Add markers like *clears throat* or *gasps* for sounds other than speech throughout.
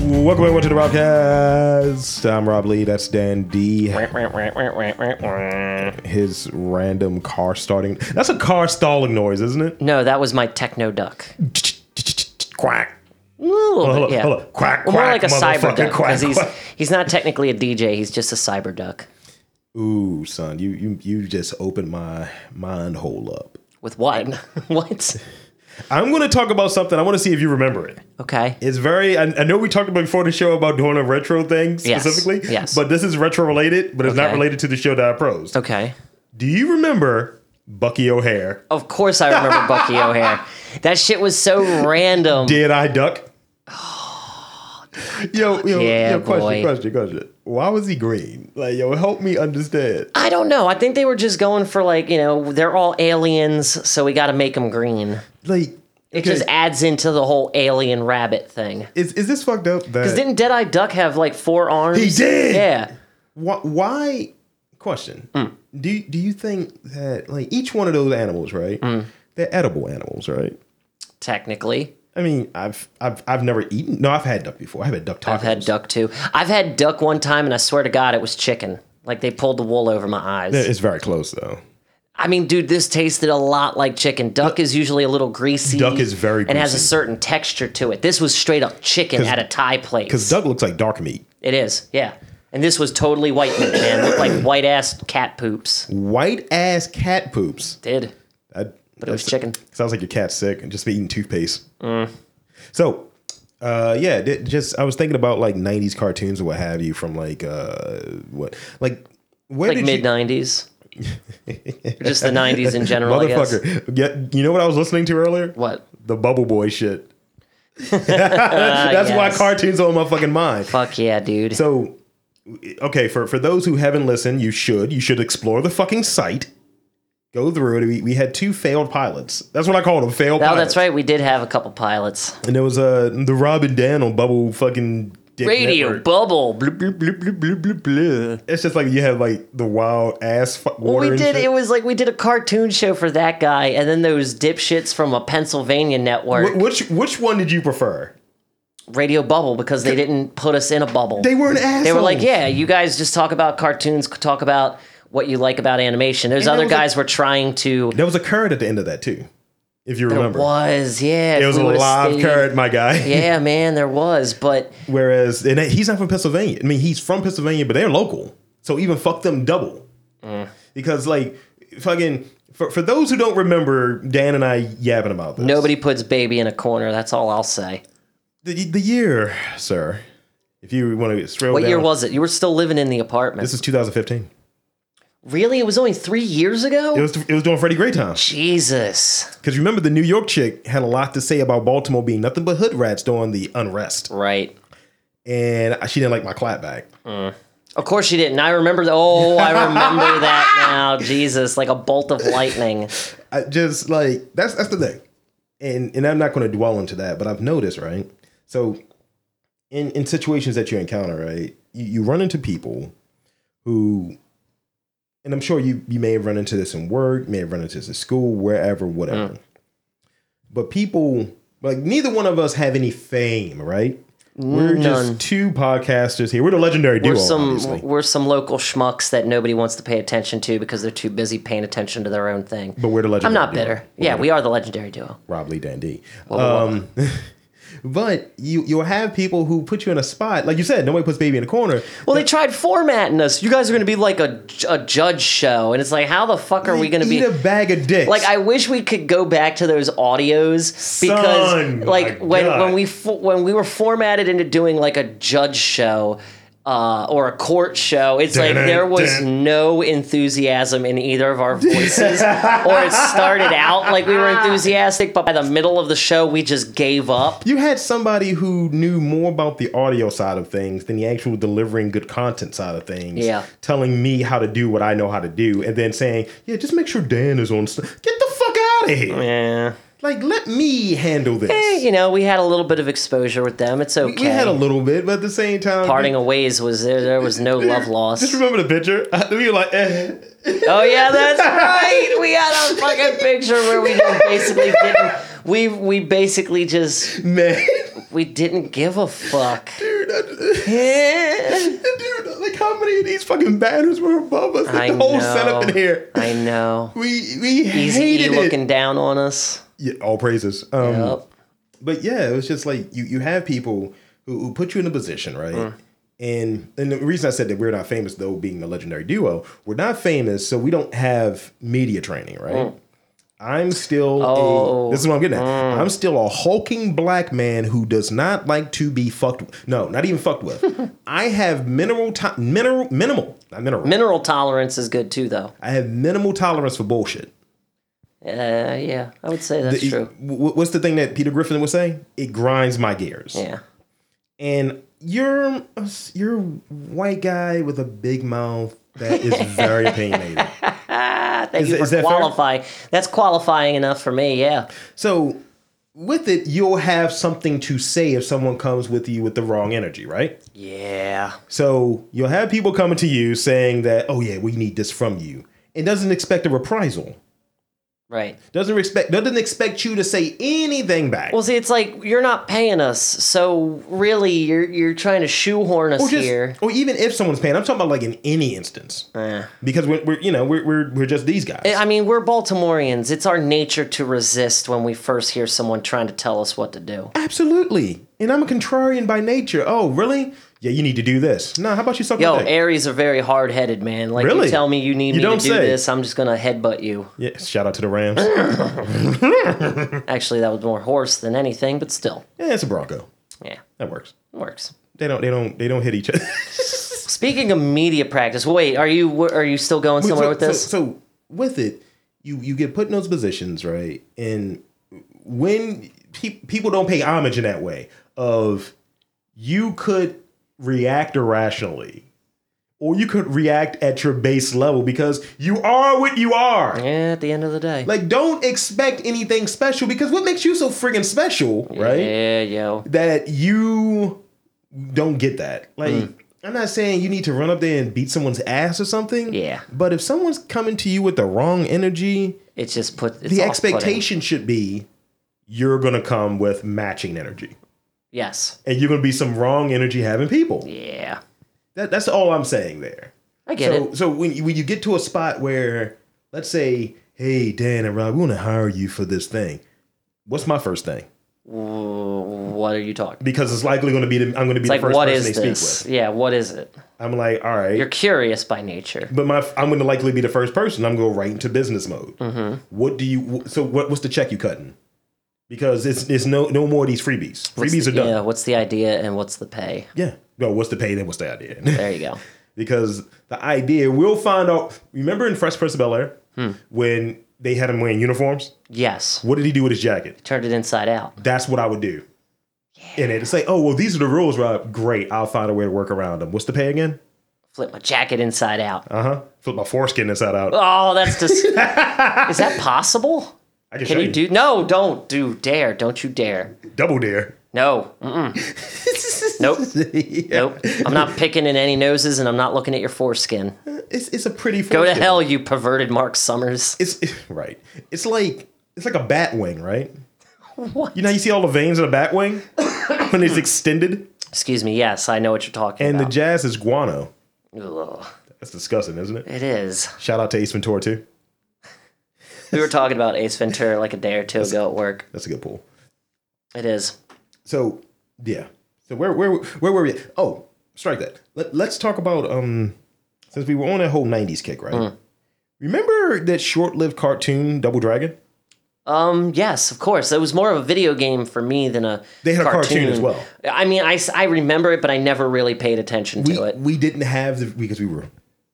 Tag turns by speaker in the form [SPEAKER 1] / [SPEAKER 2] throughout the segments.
[SPEAKER 1] Welcome everyone to the Robcast. I'm Rob Lee. That's Dan D. His random car starting. That's a car stalling noise, isn't it?
[SPEAKER 2] No, that was my techno duck.
[SPEAKER 1] Quack.
[SPEAKER 2] A little bit,
[SPEAKER 1] Hold up,
[SPEAKER 2] yeah.
[SPEAKER 1] hold up. Quack,
[SPEAKER 2] Well, more
[SPEAKER 1] quack,
[SPEAKER 2] like a cyber
[SPEAKER 1] motherfucker,
[SPEAKER 2] duck
[SPEAKER 1] quack,
[SPEAKER 2] because he's
[SPEAKER 1] quack.
[SPEAKER 2] he's not technically a DJ. He's just a cyber duck
[SPEAKER 1] Ooh, son, you you you just opened my mind hole up.
[SPEAKER 2] with
[SPEAKER 1] *laughs*
[SPEAKER 2] what? what?
[SPEAKER 1] I'm going to talk about something. I want to see if you remember it.
[SPEAKER 2] Okay.
[SPEAKER 1] It's very. I, I know we talked about before the show about doing a retro thing
[SPEAKER 2] Yes,
[SPEAKER 1] specifically.
[SPEAKER 2] yes.
[SPEAKER 1] But this is retro related, but it's not
[SPEAKER 2] Okay.
[SPEAKER 1] related to the show that I prosed.
[SPEAKER 2] Okay.
[SPEAKER 1] Do you remember Bucky O'Hare?
[SPEAKER 2] Of course, I remember Bucky O'Hare. That shit was so random.
[SPEAKER 1] Did I duck? yo, yo,
[SPEAKER 2] Oh, Yeah,
[SPEAKER 1] yo, question,
[SPEAKER 2] boy.
[SPEAKER 1] question, question. Why was he green? Like, yo, help me understand.
[SPEAKER 2] I don't know. I think they were just going for like you know they're all aliens, so we got to make them green.
[SPEAKER 1] Like,
[SPEAKER 2] It just adds into the whole alien rabbit thing.
[SPEAKER 1] is is this fucked up? That
[SPEAKER 2] Because didn't Deadeye Duck have like four arms?
[SPEAKER 1] He did!
[SPEAKER 2] Yeah.
[SPEAKER 1] why, why question
[SPEAKER 2] Mm.
[SPEAKER 1] do do you think that like each one of those animals right
[SPEAKER 2] Mm.
[SPEAKER 1] they're edible animals right
[SPEAKER 2] Technically,
[SPEAKER 1] i mean i've i've i've never eaten no i've had duck before i've had duck tacos
[SPEAKER 2] I've had duck too. I've had duck one time, and I swear to God, it was chicken. Like they pulled the wool over my eyes.
[SPEAKER 1] it's very close though
[SPEAKER 2] I mean, dude, this tasted a lot like chicken. Duck is usually a little greasy.
[SPEAKER 1] Duck is very
[SPEAKER 2] and has a
[SPEAKER 1] greasy.
[SPEAKER 2] certain texture to it. This was straight up chicken at a Thai place.
[SPEAKER 1] because duck looks like dark meat
[SPEAKER 2] It is, yeah. And this was totally white meat, man. Looked like white ass cat poops.
[SPEAKER 1] white ass cat poops
[SPEAKER 2] Did
[SPEAKER 1] that
[SPEAKER 2] but it was chicken.
[SPEAKER 1] sounds like your cat's sick and just be eating toothpaste
[SPEAKER 2] Mm.
[SPEAKER 1] so uh yeah th- just i was thinking about like 90s cartoons or what have you from like uh what like where
[SPEAKER 2] Like
[SPEAKER 1] did
[SPEAKER 2] mid
[SPEAKER 1] you,
[SPEAKER 2] nineties. Just the nineties in general. I guess.
[SPEAKER 1] Motherfucker. Yeah, you know what I was listening to earlier?
[SPEAKER 2] What?
[SPEAKER 1] The Bubble Boy
[SPEAKER 2] *laughs*
[SPEAKER 1] shit. *laughs* That's why
[SPEAKER 2] yes.
[SPEAKER 1] cartoons are on my fucking mind.
[SPEAKER 2] Fuck yeah, dude. Oh,
[SPEAKER 1] So, okay, for, for those who haven't listened, you should. You should explore the fucking site. Go through it. We, we had two failed pilots. That's what I called them, failed
[SPEAKER 2] oh,
[SPEAKER 1] pilots.
[SPEAKER 2] that's right. We did have a couple pilots.
[SPEAKER 1] And there was uh, the Rob and Dan on Bubble fucking Dick
[SPEAKER 2] Radio
[SPEAKER 1] Network.
[SPEAKER 2] bubble. Bloop, bloop, bloop, bloop, bloop, bloop, bloop.
[SPEAKER 1] It's just like you had like the wild ass fu- water.
[SPEAKER 2] We
[SPEAKER 1] and
[SPEAKER 2] did.
[SPEAKER 1] shit.
[SPEAKER 2] It was like we did a cartoon show for that guy, and then those dipshits from a Pennsylvania network,
[SPEAKER 1] Wh- which, which one did you prefer?
[SPEAKER 2] Radio Bubble, because they didn't put us in a bubble.
[SPEAKER 1] They were an asshole.
[SPEAKER 2] They were like, "Yeah, you guys just talk about cartoons, talk about what you like about animation." Those
[SPEAKER 1] there
[SPEAKER 2] other
[SPEAKER 1] was a-
[SPEAKER 2] guys were trying to.
[SPEAKER 1] There was a current at the end of that too, if you remember.
[SPEAKER 2] Was yeah, if
[SPEAKER 1] It was
[SPEAKER 2] we
[SPEAKER 1] a
[SPEAKER 2] would've
[SPEAKER 1] live
[SPEAKER 2] stayed-
[SPEAKER 1] current, my guy.
[SPEAKER 2] Yeah, man, there was, but
[SPEAKER 1] *laughs* Whereas, and he's not from Pennsylvania. I mean, he's from Pennsylvania, but they're local. So even fuck them double. Because, like, fucking, for, for those who don't remember Dan and I yapping about this,
[SPEAKER 2] nobody puts baby in a corner. That's all I'll say.
[SPEAKER 1] The, the year, sir, if you want to scroll
[SPEAKER 2] What
[SPEAKER 1] down,
[SPEAKER 2] year was it? You were still living in the apartment.
[SPEAKER 1] this? is 2015.
[SPEAKER 2] really? It was only three years ago.
[SPEAKER 1] It was, it was during Freddie Gray time.
[SPEAKER 2] Jesus.
[SPEAKER 1] Because remember, the New York chick had a lot to say about Baltimore being nothing but hood rats during the unrest.
[SPEAKER 2] Right.
[SPEAKER 1] And she didn't like my clap back.
[SPEAKER 2] Of course you didn't. I remember. The, oh, I
[SPEAKER 1] *laughs*
[SPEAKER 2] remember that now. Jesus, like a bolt of lightning.
[SPEAKER 1] I just like that's that's the thing, and and I'm not going to dwell into that, but I've noticed right. So, in in situations that you encounter, right, you, you run into people who, and I'm sure you you may have run into this in work, may have run into this at school, wherever, whatever.
[SPEAKER 2] Mm.
[SPEAKER 1] But people like neither one of us have any fame, right? We're just two podcasters here. We're the legendary duo.
[SPEAKER 2] We're some
[SPEAKER 1] obviously.
[SPEAKER 2] we're some local schmucks that nobody wants to pay attention to because they're too busy paying attention to their own thing.
[SPEAKER 1] But we're the
[SPEAKER 2] I'm
[SPEAKER 1] legendary.
[SPEAKER 2] not
[SPEAKER 1] duo.
[SPEAKER 2] bitter. Yeah, we are the legendary duo.
[SPEAKER 1] Rob Lee Dandy. Um, *laughs* but you you'll have people who put you in a spot, like you said, nobody puts baby in a corner.
[SPEAKER 2] Well, they tried formatting us. You guys are going to be like a, a judge show, and it's like, how the fuck are we going to
[SPEAKER 1] eat
[SPEAKER 2] be?
[SPEAKER 1] a bag of dicks?
[SPEAKER 2] Like I wish we could go back to those audios because
[SPEAKER 1] Son,
[SPEAKER 2] like
[SPEAKER 1] my
[SPEAKER 2] when
[SPEAKER 1] God.
[SPEAKER 2] when we fo- when we were formatted into doing like a judge show uh, or a court show, it's like
[SPEAKER 1] Dun-dun,
[SPEAKER 2] there was
[SPEAKER 1] dun.
[SPEAKER 2] no enthusiasm in either of our voices, or it started out like we were enthusiastic, but by the middle of the show, we just gave up.
[SPEAKER 1] you had somebody who knew more about the audio side of things than the actual delivering good content side of things.
[SPEAKER 2] Yeah.
[SPEAKER 1] telling me how to do what I know how to do, and then saying, "Yeah, just make sure Dan is on. St- Get the fuck out of here!
[SPEAKER 2] Yeah,
[SPEAKER 1] Like, let me handle this."
[SPEAKER 2] you know, we had a little bit of exposure with them. It's okay.
[SPEAKER 1] We had a little bit, but at the same time,
[SPEAKER 2] Parting of ways was there. There was no love lost.
[SPEAKER 1] Just remember the picture. *laughs* we were like, eh.
[SPEAKER 2] Oh yeah, that's right. We had a fucking picture where we just basically didn't. We we basically just
[SPEAKER 1] man.
[SPEAKER 2] we didn't give a fuck.
[SPEAKER 1] dude, I- *laughs* dude, like how many of these fucking banners were above us? Like
[SPEAKER 2] I
[SPEAKER 1] the whole
[SPEAKER 2] know.
[SPEAKER 1] setup in here.
[SPEAKER 2] I know.
[SPEAKER 1] We we
[SPEAKER 2] Easy E
[SPEAKER 1] hated
[SPEAKER 2] looking
[SPEAKER 1] it.
[SPEAKER 2] down on us.
[SPEAKER 1] Yeah, all praises. Um,
[SPEAKER 2] Yup.
[SPEAKER 1] but yeah, it was just like you you have people who, who put you in a position, right? And and the reason I said that we're not famous though, being a legendary duo, we're not famous, so we don't have media training, right? I'm still
[SPEAKER 2] Mm. Oh. Mm.
[SPEAKER 1] a, this is what I'm getting at. I'm still a hulking black man who does not like to be fucked with. No, not even fucked
[SPEAKER 2] *laughs*
[SPEAKER 1] with. I have mineral to, mineral minimal, not mineral.
[SPEAKER 2] Mineral tolerance is good too, though.
[SPEAKER 1] I have minimal tolerance for bullshit.
[SPEAKER 2] Uh, yeah, I would say that's
[SPEAKER 1] It-
[SPEAKER 2] true.
[SPEAKER 1] wh- what's the thing that Peter Griffin would say? It grinds my gears.
[SPEAKER 2] Yeah.
[SPEAKER 1] and you're a s- you're a white guy with a big mouth that is
[SPEAKER 2] *laughs*
[SPEAKER 1] very opinionated.
[SPEAKER 2] Ah, thank
[SPEAKER 1] Is
[SPEAKER 2] you
[SPEAKER 1] that-
[SPEAKER 2] for
[SPEAKER 1] is that fair?
[SPEAKER 2] qualifying. That's qualifying enough for me. Yeah.
[SPEAKER 1] So with it, you'll have something to say if someone comes with you with the wrong energy, right?
[SPEAKER 2] Yeah.
[SPEAKER 1] So you'll have people coming to you saying that, oh yeah, we need this from you. And doesn't expect a reprisal.
[SPEAKER 2] Right.
[SPEAKER 1] Doesn't respect doesn't expect you to say anything back.
[SPEAKER 2] Well, see, it's like you're not paying us, so really, you're you're trying to shoehorn us
[SPEAKER 1] or, just-
[SPEAKER 2] here. Uh.
[SPEAKER 1] or even if someone's paying, I'm talking about like in any instance. Because we're, we're you know, we're, we're we're just these guys.
[SPEAKER 2] I mean, we're Baltimoreans. It's our nature to resist when we first hear someone trying to tell us what to do.
[SPEAKER 1] Absolutely. And I'm a contrarian by nature. Oh, really? Yeah, you need to do this. No, how about you suck
[SPEAKER 2] Yo,
[SPEAKER 1] my dick?
[SPEAKER 2] Aries are very hard headed, man. Like, you
[SPEAKER 1] Really?
[SPEAKER 2] tell me you need
[SPEAKER 1] You
[SPEAKER 2] me
[SPEAKER 1] don't
[SPEAKER 2] to do
[SPEAKER 1] say.
[SPEAKER 2] this, I'm just gonna headbutt you.
[SPEAKER 1] yeah, shout out to the
[SPEAKER 2] *clears throat*
[SPEAKER 1] Rams.
[SPEAKER 2] Actually, that was more horse than anything, but still,
[SPEAKER 1] yeah, it's a Bronco.
[SPEAKER 2] yeah,
[SPEAKER 1] That works.
[SPEAKER 2] it works.
[SPEAKER 1] They don't. They don't. They don't hit each other. *laughs*
[SPEAKER 2] Speaking of media practice, wait, are you are you still going somewhere
[SPEAKER 1] so,
[SPEAKER 2] with this?
[SPEAKER 1] So, so with it, you you get put in those positions, right? And when pe- people don't pay homage in that way, of you could react irrationally, or you could react at your base level because you are what you are.
[SPEAKER 2] yeah, at the end of the day,
[SPEAKER 1] Like, don't expect anything special because what makes you so friggin' special, right?
[SPEAKER 2] yeah, yo,
[SPEAKER 1] That you don't get that. Like,
[SPEAKER 2] Mm.
[SPEAKER 1] I'm not saying you need to run up there and beat someone's ass or something.
[SPEAKER 2] Yeah.
[SPEAKER 1] But if someone's coming to you with the wrong energy,
[SPEAKER 2] it's just put it's
[SPEAKER 1] the
[SPEAKER 2] off-putting.
[SPEAKER 1] expectation should be you're gonna come with matching energy.
[SPEAKER 2] Yes,
[SPEAKER 1] And you're gonna be some wrong energy having people.
[SPEAKER 2] yeah,
[SPEAKER 1] That, that's all I'm saying there.
[SPEAKER 2] I get
[SPEAKER 1] So,
[SPEAKER 2] it.
[SPEAKER 1] so when you, when you get to a spot where, let's say, hey Dan and Rob, we want to hire you for this thing. What's my first thing?
[SPEAKER 2] Wh- What are you talking?
[SPEAKER 1] Because it's likely going to be the, I'm going to be
[SPEAKER 2] Like,
[SPEAKER 1] the first
[SPEAKER 2] what
[SPEAKER 1] person
[SPEAKER 2] is
[SPEAKER 1] they
[SPEAKER 2] this?
[SPEAKER 1] speak
[SPEAKER 2] Yeah, what is it?
[SPEAKER 1] with. I'm like, all right,
[SPEAKER 2] You're curious by nature.
[SPEAKER 1] but my I'm going to likely be the first person. I'm going to go right into business mode.
[SPEAKER 2] Mm-hmm.
[SPEAKER 1] What do you? So what, what's the check you cutting? Because it's it's no no more of these freebies. Freebies are done.
[SPEAKER 2] Yeah, what's the idea and what's the pay?
[SPEAKER 1] Yeah. No, what's the pay? Then what's the idea?
[SPEAKER 2] There you go.
[SPEAKER 1] *laughs* because the idea we'll find out. Remember in Fresh Prince of Bel Air
[SPEAKER 2] Hmm.
[SPEAKER 1] when they had him wearing uniforms.
[SPEAKER 2] Yes.
[SPEAKER 1] What did he do with his jacket?
[SPEAKER 2] Turned it inside out.
[SPEAKER 1] That's what I would do. And it's like, oh well, these are the rules, Rob. Great, I'll find a way to work around them. What's the pay again?
[SPEAKER 2] Flip my jacket inside out.
[SPEAKER 1] Uh huh. Flip my foreskin inside out.
[SPEAKER 2] Oh, that's
[SPEAKER 1] *laughs*
[SPEAKER 2] just. is that possible?
[SPEAKER 1] I can,
[SPEAKER 2] Can
[SPEAKER 1] show
[SPEAKER 2] you do? No, don't do dare. Don't you dare.
[SPEAKER 1] double
[SPEAKER 2] *laughs*
[SPEAKER 1] dare.
[SPEAKER 2] No. Mm-mm. Nope.
[SPEAKER 1] *laughs*
[SPEAKER 2] Nope. I'm not picking in any noses, and I'm not looking at your foreskin.
[SPEAKER 1] It's it's a pretty.
[SPEAKER 2] Go to
[SPEAKER 1] foreskin.
[SPEAKER 2] hell, you perverted Mark Summers.
[SPEAKER 1] It's right. It's like it's like a bat wing, right?
[SPEAKER 2] *laughs* What?
[SPEAKER 1] You know, how you see all the veins in a bat
[SPEAKER 2] *coughs*
[SPEAKER 1] wing when it's extended,
[SPEAKER 2] Excuse me. Yes, I know what you're talking
[SPEAKER 1] and the
[SPEAKER 2] about.
[SPEAKER 1] jazz is guano.
[SPEAKER 2] Ugh.
[SPEAKER 1] That's disgusting, isn't it?
[SPEAKER 2] It is.
[SPEAKER 1] Shout out to Ace Ventura too.
[SPEAKER 2] We were talking about Ace Ventura like a day or two ago at work.
[SPEAKER 1] That's a good pull.
[SPEAKER 2] It is.
[SPEAKER 1] So yeah. So where where where were we? Oh, strike that. Let, let's talk about um since we were on that whole '90s kick, right?
[SPEAKER 2] Mm-hmm.
[SPEAKER 1] Remember that short-lived cartoon Double Dragon?
[SPEAKER 2] Um, yes, of course. It was more of a video game for me than a
[SPEAKER 1] They had a cartoon as well.
[SPEAKER 2] I mean, I, s- I remember it, but I never really paid attention
[SPEAKER 1] We
[SPEAKER 2] to it.
[SPEAKER 1] we didn't have the because we were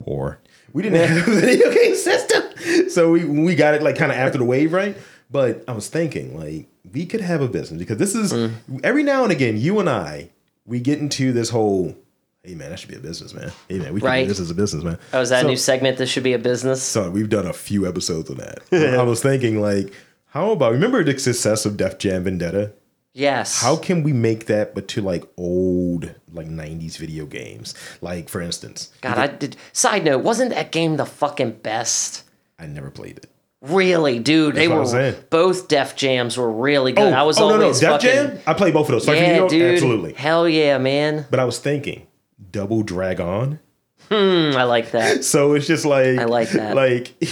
[SPEAKER 1] poor. We didn't have a video game system, so we we got it like kind of after the wave, right? But I was thinking like we could have a business because this is
[SPEAKER 2] Mm.
[SPEAKER 1] every now and again you and I we get into this whole. Hey man, that should be a business, man. Hey man, we can
[SPEAKER 2] Right.
[SPEAKER 1] do this as a business, man.
[SPEAKER 2] Oh, is that
[SPEAKER 1] So-
[SPEAKER 2] a new segment? This should be a business.
[SPEAKER 1] Son, we've done a few episodes of that. I was thinking, like, how about remember the success of Def Jam Vendetta?
[SPEAKER 2] Yes.
[SPEAKER 1] How can we make that but to like old like '90s video games? Like for instance,
[SPEAKER 2] God, I did. Side note, wasn't that game the fucking best?
[SPEAKER 1] I never played it.
[SPEAKER 2] Really, dude, they
[SPEAKER 1] what I'm
[SPEAKER 2] were
[SPEAKER 1] saying. Oh,
[SPEAKER 2] both Def Jams were really good. I was always
[SPEAKER 1] Def
[SPEAKER 2] fucking
[SPEAKER 1] Jam. I played both of those. Surfing New
[SPEAKER 2] yeah,
[SPEAKER 1] York,
[SPEAKER 2] dude,
[SPEAKER 1] absolutely.
[SPEAKER 2] hell yeah, man.
[SPEAKER 1] But I was thinking, double drag on.
[SPEAKER 2] Mm, I like that.
[SPEAKER 1] So it's just like
[SPEAKER 2] I like that.
[SPEAKER 1] Like *laughs*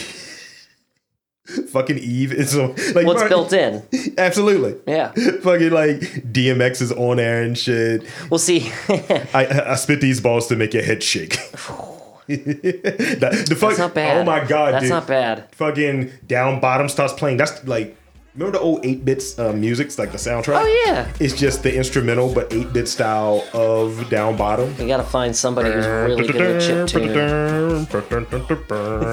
[SPEAKER 1] fucking Eve is on- *laughs* like
[SPEAKER 2] What's
[SPEAKER 1] Mar-
[SPEAKER 2] built in?
[SPEAKER 1] *laughs* Absolutely.
[SPEAKER 2] Yeah.
[SPEAKER 1] fucking like DMX is on air and shit.
[SPEAKER 2] We'll see. *laughs*
[SPEAKER 1] I- I I spit these balls to make your head
[SPEAKER 2] *sighs*
[SPEAKER 1] shake. That- the fuck,
[SPEAKER 2] That's not bad.
[SPEAKER 1] Oh my god,
[SPEAKER 2] that's
[SPEAKER 1] dude.
[SPEAKER 2] not bad.
[SPEAKER 1] Fucking down bottom starts playing. That's like remember the old eight bits uh, music, It's like the soundtrack.
[SPEAKER 2] Oh yeah,
[SPEAKER 1] It's just the instrumental, but eight bit style of down bottom.
[SPEAKER 2] we gotta find somebody who's really good at chip tune.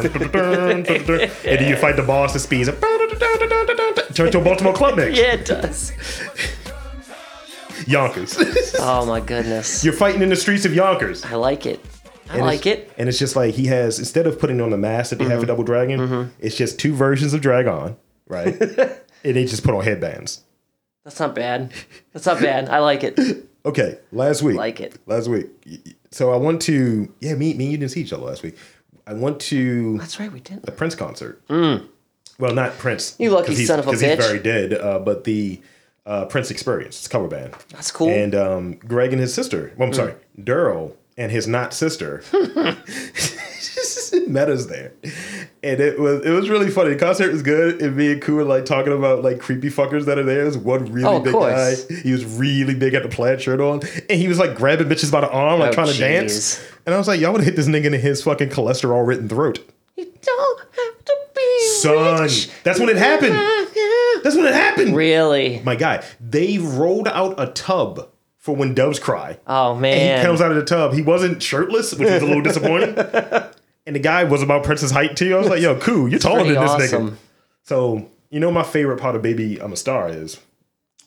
[SPEAKER 1] and then you fight the boss at speeds. Turn to a Baltimore club mix.
[SPEAKER 2] *laughs* Yeah, it does. *laughs*
[SPEAKER 1] Yonkers.
[SPEAKER 2] Oh my goodness,
[SPEAKER 1] You're fighting in the streets of Yonkers.
[SPEAKER 2] I like it. I
[SPEAKER 1] And
[SPEAKER 2] like
[SPEAKER 1] it's-
[SPEAKER 2] it. Mm-hmm.
[SPEAKER 1] And it's just like he has instead of putting on the mask that they have for Double Dragon, it's just two versions of Dragon,
[SPEAKER 2] *laughs*
[SPEAKER 1] right? and they just put on headbands.
[SPEAKER 2] That's not bad. That's not bad. I like it.
[SPEAKER 1] Okay, last week.
[SPEAKER 2] Like it.
[SPEAKER 1] Last week. y- y- So I want to yeah, me me and you didn't see each other last week. I want to
[SPEAKER 2] That's right, we didn't.
[SPEAKER 1] the Prince concert. Well, not Prince.
[SPEAKER 2] Mm. You lucky
[SPEAKER 1] 'cause he's-
[SPEAKER 2] son of a
[SPEAKER 1] 'cause
[SPEAKER 2] bitch.
[SPEAKER 1] He's very dead, uh, but the uh, Prince Experience, it's a cover band.
[SPEAKER 2] That's cool. Mm.
[SPEAKER 1] And um, Greg and his sister. Well, I'm sorry, Daryl and his not
[SPEAKER 2] *laughs*
[SPEAKER 1] sister. Meta's there, and it was it was really funny. The concert was good, and me and Koo were like talking about like creepy fuckers that are there. There's one really
[SPEAKER 2] Oh, of
[SPEAKER 1] big
[SPEAKER 2] course.
[SPEAKER 1] guy. He was really big, had the plaid shirt on, and he was like grabbing bitches by the arm, like
[SPEAKER 2] Oh,
[SPEAKER 1] trying to
[SPEAKER 2] jeez.
[SPEAKER 1] dance. And I was like, y'all would have hit this nigga in his fucking cholesterol written throat.
[SPEAKER 2] You don't have to be
[SPEAKER 1] Son,
[SPEAKER 2] rich.
[SPEAKER 1] that's when it happened. That's when it happened.
[SPEAKER 2] Really?
[SPEAKER 1] My guy, they rolled out a tub for when doves cry.
[SPEAKER 2] Oh
[SPEAKER 1] He
[SPEAKER 2] man.
[SPEAKER 1] comes out of the tub. He wasn't shirtless, which was a little disappointing.
[SPEAKER 2] *laughs*
[SPEAKER 1] And the guy was about Prince's height too. I was like, yo, cool, you're taller
[SPEAKER 2] Pretty
[SPEAKER 1] than this nigga.
[SPEAKER 2] awesome.
[SPEAKER 1] So, you know my favorite part of Baby I'm a Star is.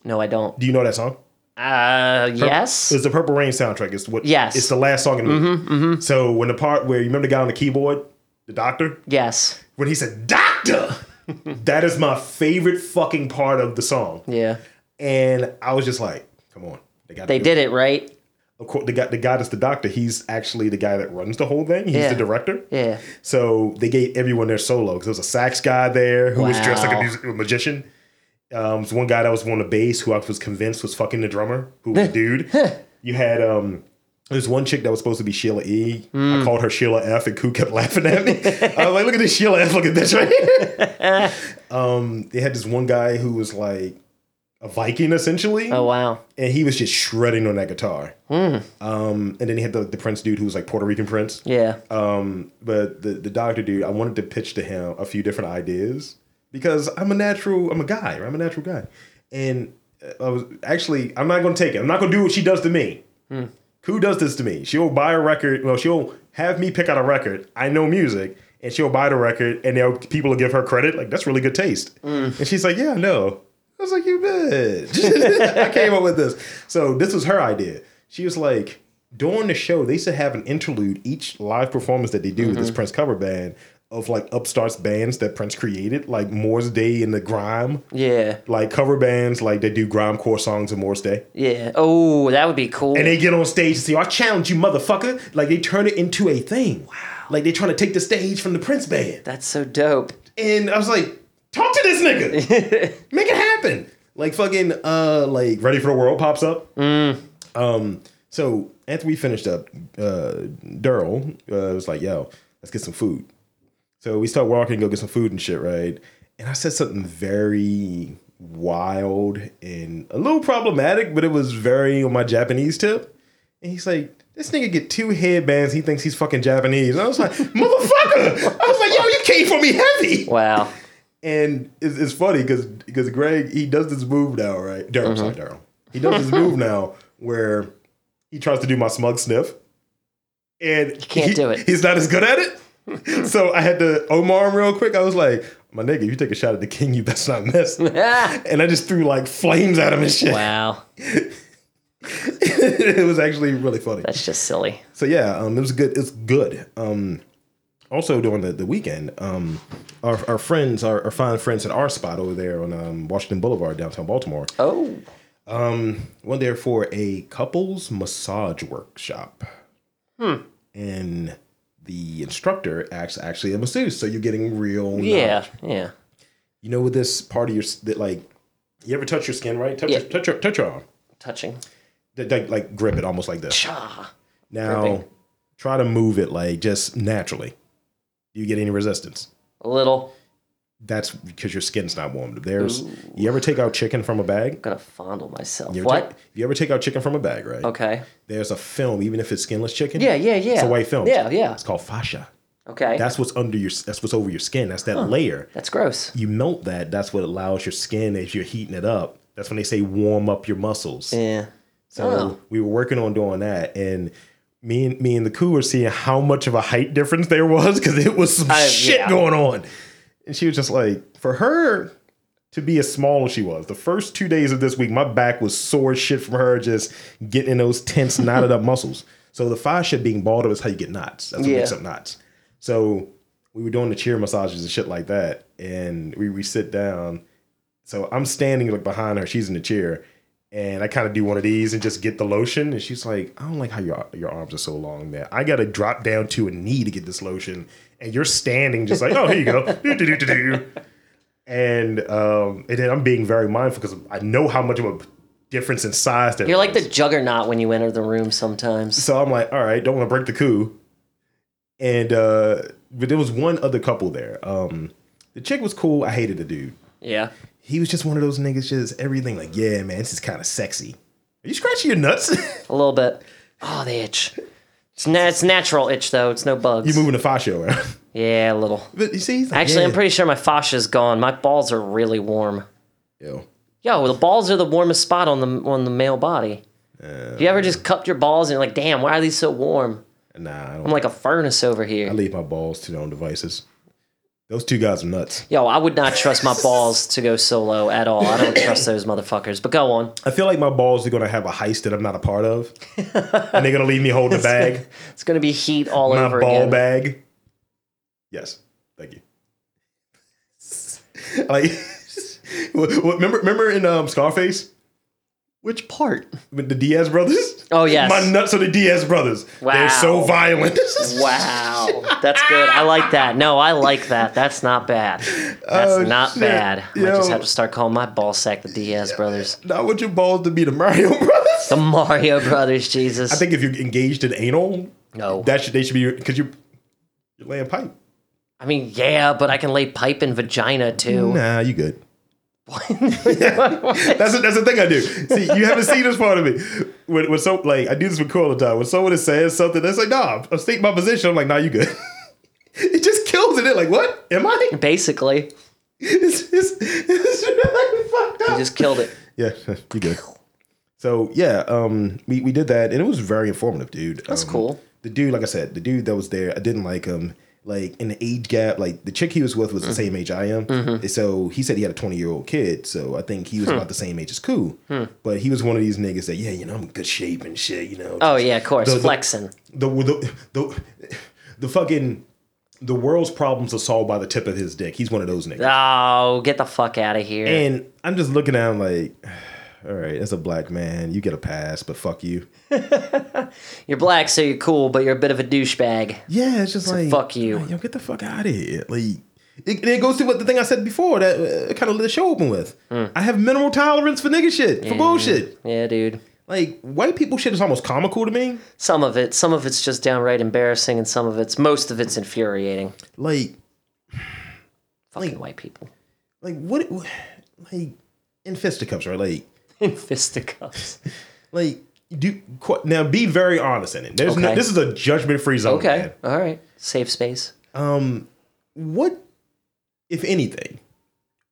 [SPEAKER 2] No, I don't.
[SPEAKER 1] Do you know that song?
[SPEAKER 2] Uh, yes.
[SPEAKER 1] It's the Purple Rain soundtrack. It's what
[SPEAKER 2] Yes. Mm-hmm,
[SPEAKER 1] it's the last song in the movie. So when the part where you remember the guy on the keyboard, the doctor?
[SPEAKER 2] Yes.
[SPEAKER 1] when he said
[SPEAKER 2] *laughs*
[SPEAKER 1] doctor that is my favorite fucking part of the song
[SPEAKER 2] Yeah.
[SPEAKER 1] and i was just like come on they got
[SPEAKER 2] They did it right.
[SPEAKER 1] of course the guy the guy that's the doctor he's actually the guy that runs the whole thing he's
[SPEAKER 2] Yeah.
[SPEAKER 1] the director
[SPEAKER 2] Yeah.
[SPEAKER 1] so they gave everyone their solo because there was a sax guy there who was dressed like a,
[SPEAKER 2] Wow.
[SPEAKER 1] music, a magician um there's one guy that was on the bass who i was convinced was fucking the drummer who was a dude you had um there's one chick that was supposed to be Sheila E. I
[SPEAKER 2] Hmm.
[SPEAKER 1] called her Sheila F. and Koo kept *laughs* laughing at me. I was like, look at this Sheila F. Look at this right here.
[SPEAKER 2] *laughs*
[SPEAKER 1] um, they had this one guy who was like a Viking essentially,
[SPEAKER 2] Oh Hmm. wow.
[SPEAKER 1] and he was just shredding on that guitar. Um, and then he had the, the Prince dude who was like Puerto Rican Prince.
[SPEAKER 2] Yeah.
[SPEAKER 1] Um, but the, the doctor dude, I wanted to pitch to him a few different ideas because I'm a natural, I'm a guy, right? I'm a natural guy. And uh, I was actually, I'm not going to take it. I'm not going to do what she does to me. Who does this to me? She'll buy a record. Well, she'll have me pick out a record. I know music. And she'll buy the record and they'll, people will give her credit. Like, that's really good taste. And she's like, yeah, I know. I was like, you bitch. *laughs* I came up with this. So this was her idea. She was like, during the show, they used to have an interlude each live performance that they do with this Prince cover band of like upstarts bands that Prince created, like Moore's Day and the Grime,
[SPEAKER 2] Yeah.
[SPEAKER 1] like cover bands like they do grime core songs of Moore's Day.
[SPEAKER 2] Yeah. Oh, that would be cool.
[SPEAKER 1] And they get on stage and say, I challenge you, motherfucker. Like they turn it into a thing. Wow. Like they're trying to take the stage from the Prince band.
[SPEAKER 2] That's so dope.
[SPEAKER 1] And I was like, talk to this nigga. Make it happen. Like fucking uh like Ready for the World pops up. Um so after we finished up, uh Daryl uh, was like, yo, let's get some food. So we start walking, go get some food and shit, right? And I said something very wild and a little problematic, but it was very on my Japanese tip. And he's like, this nigga get two headbands. He thinks he's fucking Japanese. And I was like, motherfucker. I was like, yo, you came for me heavy. *laughs*
[SPEAKER 2] Wow.
[SPEAKER 1] And it's, it's funny because because Greg he does this move now, right? Daryl, I'm sorry, Daryl. He does this move now where he tries to do my smug sniff, and you
[SPEAKER 2] can't do it.
[SPEAKER 1] He's not as good at
[SPEAKER 2] *laughs*
[SPEAKER 1] it. so I had to Omar him real quick. I was like, "My nigga, if you take a shot at the king, you best not
[SPEAKER 2] *laughs*
[SPEAKER 1] miss."
[SPEAKER 2] Ah.
[SPEAKER 1] and I just threw like flames at him and shit.
[SPEAKER 2] Wow.
[SPEAKER 1] *laughs* it was actually really funny.
[SPEAKER 2] That's just silly.
[SPEAKER 1] So yeah, um, it was good. It's good. Um, also during the, the weekend, um, our, our friends, our, our fine friends at our spot over there on um, Washington Boulevard, downtown Baltimore,
[SPEAKER 2] Oh.
[SPEAKER 1] went there for a couples massage workshop.
[SPEAKER 2] Hmm.
[SPEAKER 1] And the instructor acts actually a masseuse, so you're getting real.
[SPEAKER 2] Yeah. Yeah.
[SPEAKER 1] You know, with this part of your s- that like, you ever touch your skin, right? Touch,
[SPEAKER 2] Yeah.
[SPEAKER 1] your, touch your touch your arm.
[SPEAKER 2] Touching.
[SPEAKER 1] Th- Like, like grip it almost like this.
[SPEAKER 2] Cha.
[SPEAKER 1] Now
[SPEAKER 2] Gripping.
[SPEAKER 1] try to move it like just naturally. Do you get any resistance?
[SPEAKER 2] A little.
[SPEAKER 1] That's because your skin's not warmed up. There's you ever take out chicken from a bag?
[SPEAKER 2] gonna fondle myself.
[SPEAKER 1] You ever
[SPEAKER 2] what?
[SPEAKER 1] Take, if you ever take out chicken from a bag, right?
[SPEAKER 2] okay.
[SPEAKER 1] There's a film, even if it's skinless chicken.
[SPEAKER 2] Yeah, yeah, yeah.
[SPEAKER 1] It's a white film.
[SPEAKER 2] Yeah, yeah.
[SPEAKER 1] It's called fascia.
[SPEAKER 2] Okay. That's,
[SPEAKER 1] That's what's under your. That's what's over your skin. That's that layer.
[SPEAKER 2] gross.
[SPEAKER 1] You melt that. That's what allows your skin as you're heating it up. That's when they say warm up your muscles.
[SPEAKER 2] Yeah.
[SPEAKER 1] So
[SPEAKER 2] Oh.
[SPEAKER 1] we were working on doing that, and me and me and the crew were seeing how much of a height difference there was because it was some
[SPEAKER 2] I-
[SPEAKER 1] shit
[SPEAKER 2] yeah.
[SPEAKER 1] going on. And she was just like, for her to be as small as she was, the first two days of this week, my back was sore as shit from her just getting in those
[SPEAKER 2] *laughs*
[SPEAKER 1] tense, knotted up muscles. So the fascia being balled up is how you get knots. That's what
[SPEAKER 2] Yeah.
[SPEAKER 1] makes up knots. So we were doing the chair massages and shit like that, and we we sit down. So I'm standing like behind her. She's in the chair, and I kind of do one of these and just get the lotion. And she's like, "I don't like how your your arms are so long, man. I gotta drop down to a knee to get this lotion, and you're standing just like, oh, here you
[SPEAKER 2] *laughs*
[SPEAKER 1] go, do do do do do." And um, and then I'm being very mindful because I know how much of a difference in size that
[SPEAKER 2] You're like
[SPEAKER 1] is.
[SPEAKER 2] the juggernaut when you enter the room sometimes.
[SPEAKER 1] So I'm like, all right, don't want to break the coup. And uh but there was one other couple there. Um the chick was cool. I hated the dude.
[SPEAKER 2] Yeah.
[SPEAKER 1] He was just one of those niggas, just everything like, yeah, man, this is kind of sexy. Are you scratching your nuts? *laughs*
[SPEAKER 2] A little bit. Oh, the itch. It's, na- it's natural itch though. It's no bugs.
[SPEAKER 1] You're moving the fascia around.
[SPEAKER 2] yeah, a little.
[SPEAKER 1] *laughs* But you see, he's like,
[SPEAKER 2] Actually, I'm
[SPEAKER 1] yeah.
[SPEAKER 2] pretty sure my fascia's gone. My balls are really warm.
[SPEAKER 1] Yo,
[SPEAKER 2] Yo, the balls are the warmest spot on the on the male body. Do you ever just cupped your balls and you're like, damn, why are these so warm?
[SPEAKER 1] nah, I don't.
[SPEAKER 2] I'm like a furnace over here.
[SPEAKER 1] I leave my balls to their own devices. Those two guys are nuts.
[SPEAKER 2] Yo, I would not trust my balls to go solo at all. I don't trust those motherfuckers. But go on.
[SPEAKER 1] I feel like my balls are gonna have a heist that I'm not a part
[SPEAKER 2] *laughs*
[SPEAKER 1] of, and they're gonna leave me holding a bag.
[SPEAKER 2] It's gonna be heat all
[SPEAKER 1] my
[SPEAKER 2] over
[SPEAKER 1] ball
[SPEAKER 2] again.
[SPEAKER 1] bag. Yes, thank you. *laughs* like, *laughs* what- what- remember, remember in um, Scarface
[SPEAKER 2] Which part?
[SPEAKER 1] with the Diaz brothers?
[SPEAKER 2] Oh, yes.
[SPEAKER 1] my nuts are the Diaz brothers.
[SPEAKER 2] Wow.
[SPEAKER 1] they're so violent. *laughs*
[SPEAKER 2] Wow, that's good. I like that. No, I like that. That's not bad. That's
[SPEAKER 1] Oh,
[SPEAKER 2] not
[SPEAKER 1] shit.
[SPEAKER 2] bad. I might just
[SPEAKER 1] Yo.
[SPEAKER 2] have to start calling my ball sack the Diaz brothers,
[SPEAKER 1] Not want your balls to be the Mario brothers.
[SPEAKER 2] the Mario brothers. Jesus.
[SPEAKER 1] I think if you're engaged in anal,
[SPEAKER 2] no.
[SPEAKER 1] that should they should be because you you're laying pipe.
[SPEAKER 2] I mean, yeah, but I can lay pipe in vagina too.
[SPEAKER 1] Nah, you good.
[SPEAKER 2] *laughs*
[SPEAKER 1] that's the- that's the thing I do. See, you haven't seen this part of me. When, when so like I do this with Cole all the time. When someone is saying something, that's like, nah, I state my position. I'm like, nah, you good. *laughs* it just kills it. They're like, what? Am I? *laughs*
[SPEAKER 2] Basically,
[SPEAKER 1] It's, it's, it's really fucked
[SPEAKER 2] you
[SPEAKER 1] up.
[SPEAKER 2] just killed it.
[SPEAKER 1] yeah, *laughs* you good. So yeah, um, we, we did that and it was very informative, dude.
[SPEAKER 2] That's
[SPEAKER 1] Um,
[SPEAKER 2] cool.
[SPEAKER 1] The dude, like I said, the dude that was there, I didn't like him. Like in the age gap, like the chick he was with was
[SPEAKER 2] Mm-hmm.
[SPEAKER 1] the same age I am. So he said he had a twenty year old kid. So I think he
[SPEAKER 2] Hmm.
[SPEAKER 1] was about the same age as Koo. But he was one of these niggas that yeah, you know, I'm in good shape and shit. You know.
[SPEAKER 2] Oh yeah, of course,
[SPEAKER 1] The- the-
[SPEAKER 2] flexing.
[SPEAKER 1] The the the, the fucking. The world's problems are solved by the tip of his dick. He's one of those niggas.
[SPEAKER 2] Oh, get the fuck out of here.
[SPEAKER 1] And I'm just looking at him like, *sighs* all right, that's a black man. You get a pass, but fuck you.
[SPEAKER 2] you're black, so you're cool, but you're a bit of a douchebag.
[SPEAKER 1] Yeah, it's just like
[SPEAKER 2] fuck you.
[SPEAKER 1] Yo, get the fuck out of here. Like it, it goes to what the thing I said before that uh, kind of lit the show open with.
[SPEAKER 2] Hmm.
[SPEAKER 1] I have minimal tolerance for nigga shit, for
[SPEAKER 2] Mm.
[SPEAKER 1] bullshit.
[SPEAKER 2] Yeah, dude.
[SPEAKER 1] Like white people shit is almost comical to me.
[SPEAKER 2] Some of it, some of it's just downright embarrassing, and some of it's, most of it's infuriating.
[SPEAKER 1] Like
[SPEAKER 2] Fucking white people.
[SPEAKER 1] like what *sighs* like in fisticuffs, right? Like
[SPEAKER 2] In fisticuffs.
[SPEAKER 1] like do qu- now be very honest in it. There's no,
[SPEAKER 2] Okay.
[SPEAKER 1] this is a judgment free zone.
[SPEAKER 2] Okay.
[SPEAKER 1] man.
[SPEAKER 2] All right. Safe space.
[SPEAKER 1] What if anything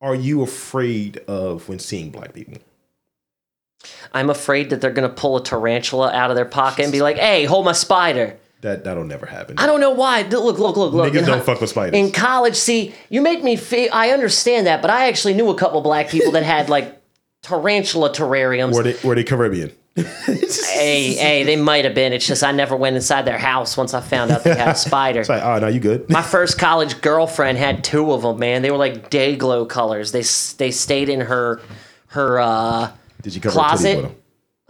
[SPEAKER 1] are you afraid of when seeing black people?
[SPEAKER 2] I'm afraid that they're going to pull a tarantula out of their pocket and be like, hey, hold my spider.
[SPEAKER 1] That that'll never happen.
[SPEAKER 2] I don't know why. D- Look, look, look, look.
[SPEAKER 1] Niggas
[SPEAKER 2] In
[SPEAKER 1] don't
[SPEAKER 2] hi-
[SPEAKER 1] fuck with spiders.
[SPEAKER 2] In college, see, you make me feel, I understand that, but I actually knew a couple black people that had like tarantula terrariums.
[SPEAKER 1] Were they were they
[SPEAKER 2] *laughs*
[SPEAKER 1] Caribbean?
[SPEAKER 2] Hey, hey, they might have been. It's just I never went inside their house once I found out
[SPEAKER 1] *laughs*
[SPEAKER 2] they had a spider.
[SPEAKER 1] It's like, oh, no, you good.
[SPEAKER 2] My first college girlfriend had two of them, man. They were like day glow colors. They s- they stayed in her her uh
[SPEAKER 1] Did she cover
[SPEAKER 2] Closet?
[SPEAKER 1] her titties with him?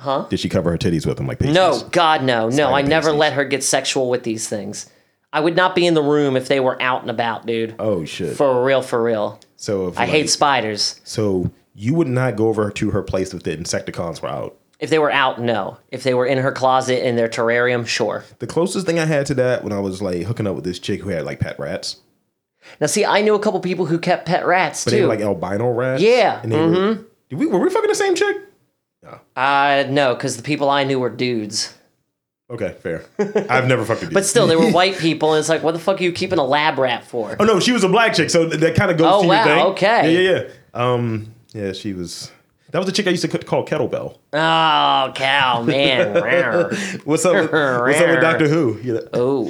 [SPEAKER 1] Huh? Did she cover her titties with him like pasties?
[SPEAKER 2] No, God no. No, I
[SPEAKER 1] Spider
[SPEAKER 2] never
[SPEAKER 1] pasties.
[SPEAKER 2] let her get sexual with these things. I would not be in the room if they were out and about, dude.
[SPEAKER 1] Oh shit.
[SPEAKER 2] For real, for real.
[SPEAKER 1] So if
[SPEAKER 2] I
[SPEAKER 1] like-
[SPEAKER 2] hate spiders.
[SPEAKER 1] So you would not go over to her place if the insecticons were out.
[SPEAKER 2] If they were out, no. If they were in her closet in their terrarium, sure.
[SPEAKER 1] The closest thing I had to that when I was like hooking up with this chick who had like pet rats,
[SPEAKER 2] Now, see, I knew a couple people who kept pet rats
[SPEAKER 1] but they
[SPEAKER 2] too.
[SPEAKER 1] were like albino rats.
[SPEAKER 2] Yeah, Mm-hmm.
[SPEAKER 1] And they were, did we were we fucking the same chick?
[SPEAKER 2] uh, no, because the people I knew were dudes.
[SPEAKER 1] Okay, fair. I've never fucking.
[SPEAKER 2] But still,
[SPEAKER 1] *laughs*
[SPEAKER 2] they were white people, and it's like, what the fuck are you keeping a lab rat for?
[SPEAKER 1] Oh no, she was a black chick, so that kind of goes
[SPEAKER 2] Oh,
[SPEAKER 1] to
[SPEAKER 2] wow,
[SPEAKER 1] your thing.
[SPEAKER 2] okay.
[SPEAKER 1] Yeah, yeah, yeah. Um, yeah, she was. That was the chick I used to c- call
[SPEAKER 2] *laughs*
[SPEAKER 1] kettlebell.
[SPEAKER 2] Oh, cow,
[SPEAKER 1] *laughs*
[SPEAKER 2] man. Rawr.
[SPEAKER 1] What's up? With, what's up with Doctor Who? You know, *laughs*
[SPEAKER 2] oh,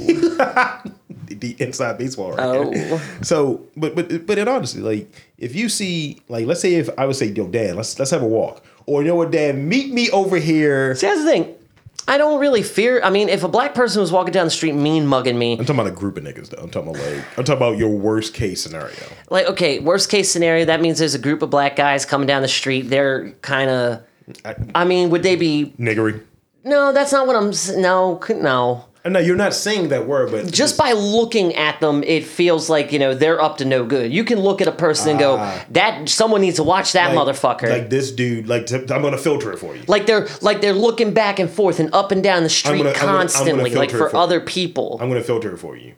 [SPEAKER 1] the inside baseball. Right there.
[SPEAKER 2] oh.
[SPEAKER 1] So, but but but in honesty, like if you see, like let's say if I would say, yo, Dad, let's let's have a walk, or you know what, Dad, meet me over here.
[SPEAKER 2] See, that's the thing. I don't really fear. I mean, if a black person was walking down the street mean mugging me,
[SPEAKER 1] I'm talking about a group of niggas though. I'm talking about like I'm talking about your worst case scenario.
[SPEAKER 2] like, okay, worst case scenario, that means there's a group of black guys coming down the street. They're kind of.
[SPEAKER 1] I,
[SPEAKER 2] I mean, would they be?
[SPEAKER 1] niggery.
[SPEAKER 2] No, that's not what I'm. s- No, c- no.
[SPEAKER 1] No, you're not saying that word, but
[SPEAKER 2] Just by looking at them, it feels like you know they're up to no good. You can look at a person and go, "That someone needs to watch that
[SPEAKER 1] Ah. like-
[SPEAKER 2] motherfucker."
[SPEAKER 1] Like this dude, like t- I'm gonna filter it for you.
[SPEAKER 2] like they're like they're looking back and forth and up and down the street
[SPEAKER 1] gonna- I'm gonna- I'm gonna
[SPEAKER 2] constantly like
[SPEAKER 1] filter
[SPEAKER 2] for,
[SPEAKER 1] it for
[SPEAKER 2] other people
[SPEAKER 1] I'm gonna filter it for you.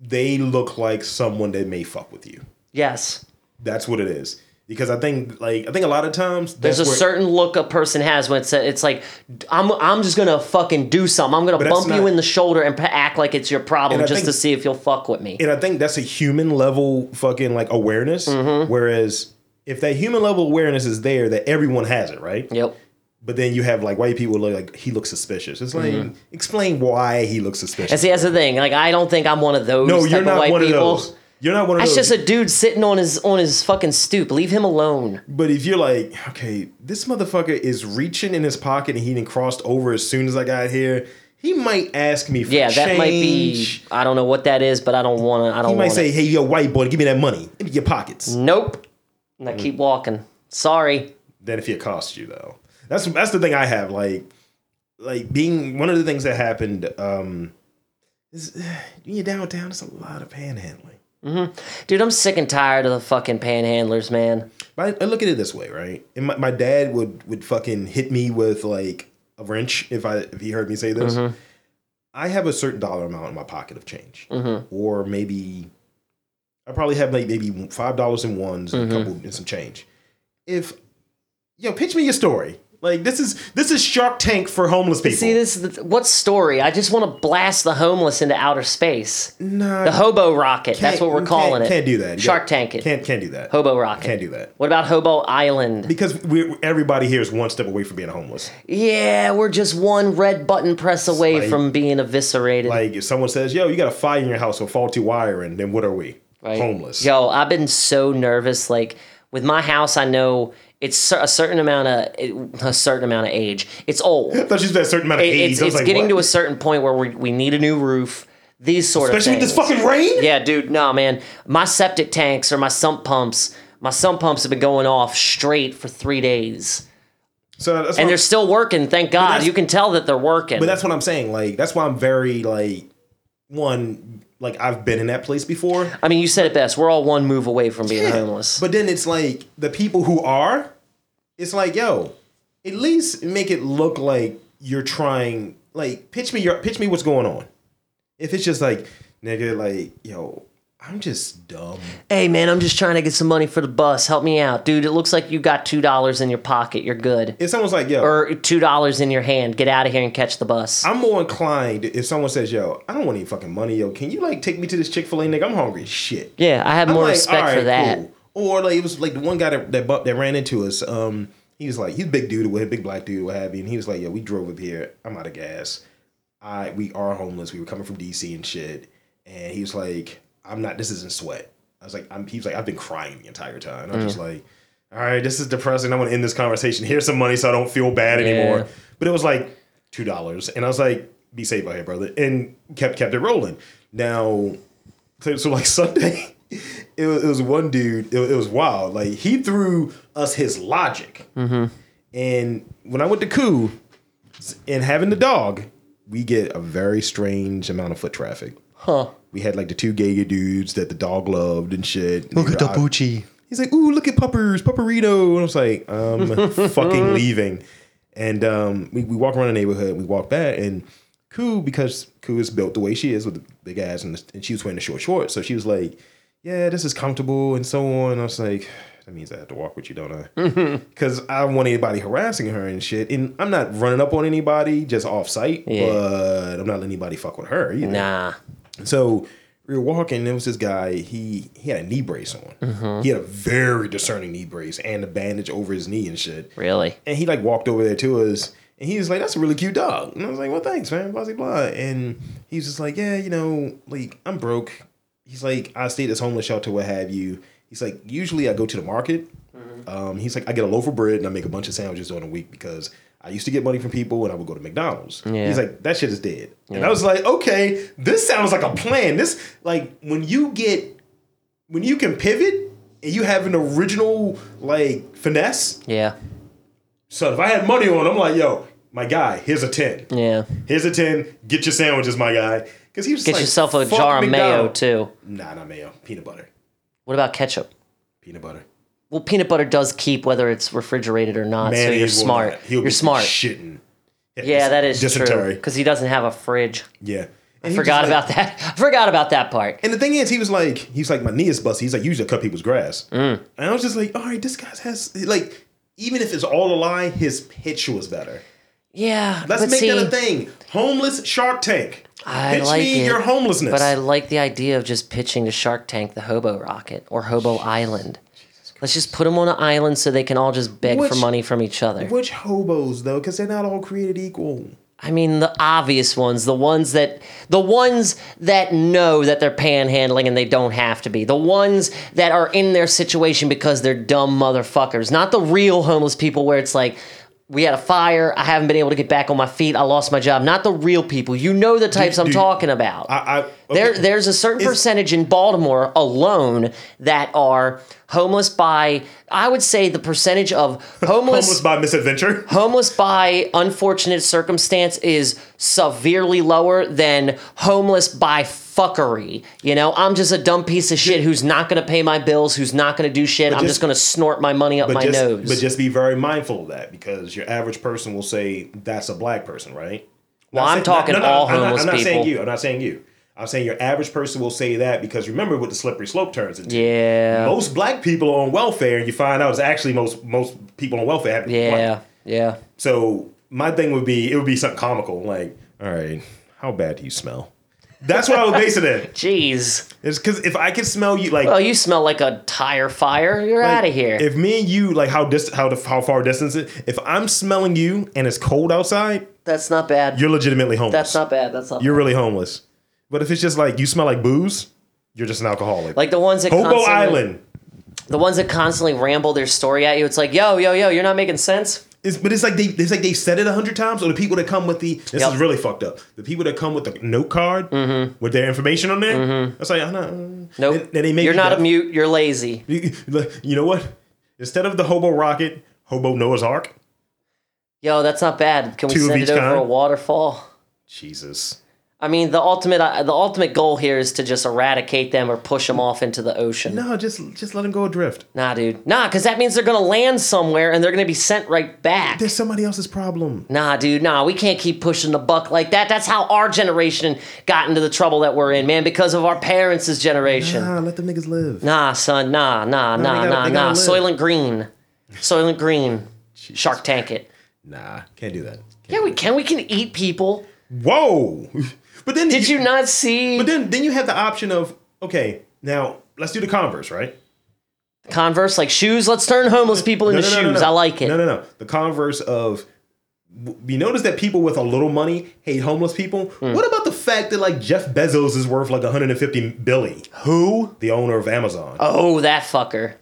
[SPEAKER 1] They look like someone that may fuck with you.
[SPEAKER 2] yes
[SPEAKER 1] That's what it is. Because I think, like, I think a lot of times
[SPEAKER 2] there's a
[SPEAKER 1] that's where-
[SPEAKER 2] certain look a person has when it's, it's like I'm, I'm just gonna fucking do something i'm gonna
[SPEAKER 1] that's
[SPEAKER 2] bump you
[SPEAKER 1] not-
[SPEAKER 2] in the shoulder and pa- act like it's your problem
[SPEAKER 1] And I
[SPEAKER 2] just
[SPEAKER 1] think-
[SPEAKER 2] to see if you'll fuck with me
[SPEAKER 1] and I think that's a human level fucking like awareness.
[SPEAKER 2] Mm-hmm.
[SPEAKER 1] Whereas if that human level awareness is there, that everyone has it, right?
[SPEAKER 2] yep
[SPEAKER 1] But then you have like white people look like he looks suspicious. It's like
[SPEAKER 2] Mm-hmm.
[SPEAKER 1] explain why he looks
[SPEAKER 2] and
[SPEAKER 1] suspicious.
[SPEAKER 2] see that's the thing like i don't think i'm one of those
[SPEAKER 1] no,
[SPEAKER 2] type
[SPEAKER 1] you're
[SPEAKER 2] of
[SPEAKER 1] not
[SPEAKER 2] white
[SPEAKER 1] one
[SPEAKER 2] people
[SPEAKER 1] of those. You're not one of
[SPEAKER 2] that's
[SPEAKER 1] those.
[SPEAKER 2] just a dude sitting on his on his fucking stoop leave him alone
[SPEAKER 1] but if you're like, okay, this motherfucker is reaching in his pocket and he didn't crossed over as soon as I got here, he might ask me for
[SPEAKER 2] yeah that might be
[SPEAKER 1] change.
[SPEAKER 2] i don't know what that is but i don't want to i don't
[SPEAKER 1] He might
[SPEAKER 2] want
[SPEAKER 1] say, "Hey, yo, white boy, give me that money. Give me your pockets."
[SPEAKER 2] Mm. nope and i
[SPEAKER 1] Mm.
[SPEAKER 2] keep walking sorry
[SPEAKER 1] than if he accosts you though. That's that's the thing I have like like being one of the things that happened um is *sighs* when you're downtown it's a lot of panhandling.
[SPEAKER 2] Dude, I'm sick and tired of the fucking panhandlers, man.
[SPEAKER 1] But I, I look at it this way, right? And my, my dad would would fucking hit me with like a wrench if I if he heard me say this.
[SPEAKER 2] Mm-hmm.
[SPEAKER 1] I have a certain dollar amount in my pocket of change,
[SPEAKER 2] Mm-hmm.
[SPEAKER 1] or maybe I probably have like maybe five dollars in ones and
[SPEAKER 2] Mm-hmm.
[SPEAKER 1] a couple and some change. If yo, pitch me your story. Like this is this is Shark Tank for homeless people.
[SPEAKER 2] See, this is the, what story? I just want to blast the homeless into outer space.
[SPEAKER 1] Nah,
[SPEAKER 2] The hobo rocket. That's
[SPEAKER 1] can't-
[SPEAKER 2] what we're
[SPEAKER 1] can't-
[SPEAKER 2] calling it.
[SPEAKER 1] Can't do that. You
[SPEAKER 2] Shark
[SPEAKER 1] got-
[SPEAKER 2] Tank it.
[SPEAKER 1] Can't can't do that.
[SPEAKER 2] Hobo rocket.
[SPEAKER 1] Can't do that
[SPEAKER 2] What about Hobo Island?
[SPEAKER 1] because we everybody here is one step away from being homeless.
[SPEAKER 2] yeah, we're just one red button press away
[SPEAKER 1] like-
[SPEAKER 2] from being eviscerated.
[SPEAKER 1] Like if someone says, "Yo, you got a fire in your house or faulty wiring," then what are we?
[SPEAKER 2] Right.
[SPEAKER 1] Homeless.
[SPEAKER 2] Yo, I've been so nervous. Like with my house, I know it's cer- a certain amount of it- a certain amount of age. It's old.
[SPEAKER 1] I thought you said a certain amount of age.
[SPEAKER 2] it's
[SPEAKER 1] I was
[SPEAKER 2] it's
[SPEAKER 1] like,
[SPEAKER 2] getting
[SPEAKER 1] what?
[SPEAKER 2] to a certain point where we, we need a new roof. These sort
[SPEAKER 1] especially
[SPEAKER 2] of
[SPEAKER 1] with
[SPEAKER 2] things.
[SPEAKER 1] this fucking rain.
[SPEAKER 2] Yeah, dude. No, man. My septic tanks or my sump pumps, my sump pumps have been going off straight for three days.
[SPEAKER 1] So that's
[SPEAKER 2] And
[SPEAKER 1] what,
[SPEAKER 2] they're still working, thank God.
[SPEAKER 1] that's-
[SPEAKER 2] You can tell that they're working.
[SPEAKER 1] but that's what I'm saying. Like that's why I'm very like one. Like I've been in that place before.
[SPEAKER 2] I mean, you said it best. We're all one move away from being homeless.
[SPEAKER 1] But then it's like the people who are, it's like, yo, at least make it look like you're trying. Like, pitch me your pitch me what's going on. If it's just like, nigga, like, yo, I'm just dumb.
[SPEAKER 2] hey, man, I'm just trying to get some money for the bus. Help me out. Dude, it looks like you got $2 in your pocket. You're good.
[SPEAKER 1] If someone's like, yo,
[SPEAKER 2] Or $2 in your hand. Get out of here and catch the bus.
[SPEAKER 1] I'm more inclined if someone says, yo, I don't want any fucking money, yo, can you like take me to this Chick Fil A, nigga? I'm hungry, as shit.
[SPEAKER 2] yeah, I have
[SPEAKER 1] I'm
[SPEAKER 2] more
[SPEAKER 1] like,
[SPEAKER 2] respect
[SPEAKER 1] "All
[SPEAKER 2] for
[SPEAKER 1] right,
[SPEAKER 2] that.
[SPEAKER 1] cool." Or like it was like the one guy that that, bu- that ran into us. Um, he was like he's a big dude, with a big black dude, what have you, and he was like, "Yo, we drove up here. I'm out of gas. I we are homeless. We were coming from DC and shit." And he was like, "I'm not. This isn't sweat." I was like, "I'm." He was like, "I've been crying the entire time." And I was just like, "All right, this is depressing. I want to end this conversation. Here's some money so I don't feel bad anymore." But it was like two dollars, and I was like, "Be safe out here, brother," and kept kept it rolling. Now so, so, like *laughs* Sunday, it was, it was one dude. It, was- it was wild. Like he threw us his logic, and when I went to Coup and having the dog, we get a very strange amount of foot traffic. Huh. We had like the two gay dudes that the dog loved and shit.
[SPEAKER 3] Look at the
[SPEAKER 1] booty.
[SPEAKER 3] Bucci.
[SPEAKER 1] He's like, ooh, look at Puppers, Pupperito. And I was
[SPEAKER 3] *laughs*
[SPEAKER 1] like, I'm fucking leaving. And um, we, we walk around the neighborhood, we walk back, and Koo, because Koo is built the way she is with the big ass, and, and she was wearing the short shorts. So she was like, yeah, this is comfortable and so on. And I was like, that means I have to walk with you, don't
[SPEAKER 3] *laughs*
[SPEAKER 1] I? Because I don't want anybody harassing her and shit. And I'm not running up on anybody just off site,
[SPEAKER 2] Yeah.
[SPEAKER 1] but I'm not letting anybody fuck with her either.
[SPEAKER 2] Nah.
[SPEAKER 1] So we were walking. There was this guy. He he had a knee brace on. He had a very discerning knee brace and a bandage over his knee and shit.
[SPEAKER 2] Really?
[SPEAKER 1] And he like walked over there to us, and he was like, "That's a really cute dog." And I was like, "Well, thanks, man." Blah blah blah. And he was just like, "Yeah, you know, like I'm broke." He's like, "I stayed at this homeless shelter, what have you." He's like, "Usually I go to the market." Um, he's like, "I get a loaf of bread and I make a bunch of sandwiches during the week because." I used to get money from people and I would go to McDonald's.
[SPEAKER 2] Yeah.
[SPEAKER 1] He's like, that shit is dead. And I was like, okay, this sounds like a plan. This, like, when you get when you can pivot and you have an original like finesse.
[SPEAKER 2] Yeah.
[SPEAKER 1] So if I had money on, I'm like, yo, my guy, here's a ten.
[SPEAKER 2] Yeah.
[SPEAKER 1] Here's a ten. Get your sandwiches, my guy. Because he was
[SPEAKER 2] Get
[SPEAKER 1] like,
[SPEAKER 2] yourself a
[SPEAKER 1] fuck
[SPEAKER 2] jar of mayo
[SPEAKER 1] McDonald's.
[SPEAKER 2] too.
[SPEAKER 1] Nah, not mayo. Peanut butter.
[SPEAKER 2] What about ketchup?
[SPEAKER 1] Peanut butter.
[SPEAKER 2] Well, peanut butter does keep whether it's refrigerated or not, so
[SPEAKER 1] Mayonnaise
[SPEAKER 2] you're
[SPEAKER 1] will
[SPEAKER 2] smart.
[SPEAKER 1] not. He'll
[SPEAKER 2] You're
[SPEAKER 1] be
[SPEAKER 2] smart.
[SPEAKER 1] Shitting.
[SPEAKER 2] yeah, that is true.
[SPEAKER 1] dysentery.
[SPEAKER 2] Because he doesn't have a fridge.
[SPEAKER 1] Yeah. And he
[SPEAKER 2] I
[SPEAKER 1] was
[SPEAKER 2] forgot
[SPEAKER 1] just like-
[SPEAKER 2] about that. *laughs* I forgot about that part.
[SPEAKER 1] And the thing is, he was like, he was like, my knee is busted. He's like, usually I cut people's grass.
[SPEAKER 2] Mm.
[SPEAKER 1] And I was just like, all right, this guy has like, even if it's all a lie, his pitch was better.
[SPEAKER 2] Yeah.
[SPEAKER 1] Let's
[SPEAKER 2] but
[SPEAKER 1] make
[SPEAKER 2] see,
[SPEAKER 1] that a thing. Homeless Shark Tank.
[SPEAKER 2] I
[SPEAKER 1] Pitch
[SPEAKER 2] like
[SPEAKER 1] me
[SPEAKER 2] it,
[SPEAKER 1] your homelessness.
[SPEAKER 2] But I like the idea of just pitching to Shark Tank the Hobo Rocket or Hobo Island. Let's just put them on an island so they can all just beg for
[SPEAKER 1] Which-
[SPEAKER 2] money from each other.
[SPEAKER 1] Which hobos though? Because they're not all created equal.
[SPEAKER 2] I mean, the obvious ones, the ones that the ones that know that they're panhandling and they don't have to be, the ones that are in their situation because they're dumb motherfuckers, not the real homeless people where it's like. We had a fire. I haven't been able to get back on my feet. I lost my job. Not the real people. You know the types I'm
[SPEAKER 1] do-
[SPEAKER 2] talking about.
[SPEAKER 1] I, I okay.
[SPEAKER 2] There, there's a certain percentage in Baltimore alone that are homeless by, I would say, the
[SPEAKER 1] *laughs*
[SPEAKER 2] percentage of
[SPEAKER 1] homeless
[SPEAKER 2] homeless
[SPEAKER 1] by misadventure.
[SPEAKER 2] homeless by unfortunate circumstance is severely lower than homeless by fuckery. You know, I'm just a dumb piece of shit who's not going to pay my bills, who's not going to do shit. I'm
[SPEAKER 1] just-
[SPEAKER 2] just going to snort my money up
[SPEAKER 1] But
[SPEAKER 2] *laughs* my
[SPEAKER 1] just,
[SPEAKER 2] nose.
[SPEAKER 1] but just be very mindful of that because your average person will say that's a black person, right?
[SPEAKER 2] Well,
[SPEAKER 1] Not
[SPEAKER 2] I'm
[SPEAKER 1] saying-
[SPEAKER 2] talking all
[SPEAKER 1] I'm not-
[SPEAKER 2] homeless
[SPEAKER 1] I'm not saying
[SPEAKER 2] people.
[SPEAKER 1] you. I'm not saying you. I'm saying your average person will say that because remember what the slippery slope turns into.
[SPEAKER 2] yeah.
[SPEAKER 1] Most black people are on welfare, and you find out it's actually most most people on welfare have to be black.
[SPEAKER 2] Yeah. Yeah.
[SPEAKER 1] So my thing would be it would be something comical, like, all right, how bad do you smell? That's what I would base it in.
[SPEAKER 2] Jeez.
[SPEAKER 1] It's because if I could smell you, like,
[SPEAKER 2] Oh, you smell like a tire fire. You're out of here.
[SPEAKER 1] If me and you, like, how dis- how the, how far distance it? If I'm smelling you and it's cold outside,
[SPEAKER 2] That's not bad.
[SPEAKER 1] you're legitimately homeless.
[SPEAKER 2] That's not bad. That's not
[SPEAKER 1] You're really homeless. But if it's just like you smell like booze, you're just an alcoholic.
[SPEAKER 2] Like the ones that
[SPEAKER 1] Hobo
[SPEAKER 2] constantly,
[SPEAKER 1] Island.
[SPEAKER 2] the ones that constantly ramble their story at you. It's like, yo, yo, yo, you're not making sense.
[SPEAKER 1] It's, but it's like they it's like they said it a hundred times, or the people that come with the this
[SPEAKER 2] Yep.
[SPEAKER 1] is really fucked up. The people that come with the note card
[SPEAKER 2] Mm-hmm.
[SPEAKER 1] with their information on there. That's like I'm not. No,
[SPEAKER 2] Nope. you're not a mute. You're lazy.
[SPEAKER 1] You know what? Instead of the hobo rocket, hobo Noah's Ark.
[SPEAKER 2] Yo, that's not bad. Can we
[SPEAKER 1] Two of
[SPEAKER 2] send
[SPEAKER 1] each
[SPEAKER 2] it over
[SPEAKER 1] kind?
[SPEAKER 2] a waterfall?
[SPEAKER 1] Jesus.
[SPEAKER 2] I mean, the ultimate uh, the ultimate goal here is to just eradicate them or push them off into the ocean.
[SPEAKER 1] No, just just let him go adrift.
[SPEAKER 2] Nah, dude. Nah, because that means they're gonna land somewhere and they're gonna be sent right back.
[SPEAKER 1] There's somebody else's problem.
[SPEAKER 2] Nah, dude, nah, we can't keep pushing the buck like that. That's how our generation got into the trouble that we're in, man, because of our parents' generation.
[SPEAKER 1] Ah, let them niggas live.
[SPEAKER 2] Nah, son, nah, nah, nah,
[SPEAKER 1] gotta-
[SPEAKER 2] nah,
[SPEAKER 1] they gotta
[SPEAKER 2] nah.
[SPEAKER 1] live. *laughs*
[SPEAKER 2] Soylent Green. Soylent Green. Shark Tank it.
[SPEAKER 1] Nah, can't do that.
[SPEAKER 2] Yeah, we can. We can eat people.
[SPEAKER 1] Whoa. *laughs* But then
[SPEAKER 2] Did you not see
[SPEAKER 1] But then then you have the option of okay now let's do the converse right.
[SPEAKER 2] Converse like shoes? Let's turn homeless people into shoes. I like it.
[SPEAKER 1] No, no, no. The converse of you notice that people with a little money hate homeless people.
[SPEAKER 2] Hmm.
[SPEAKER 1] What about the fact that like Jeff Bezos is worth like 150 billion? Who? The owner of Amazon.
[SPEAKER 2] Oh, that fucker.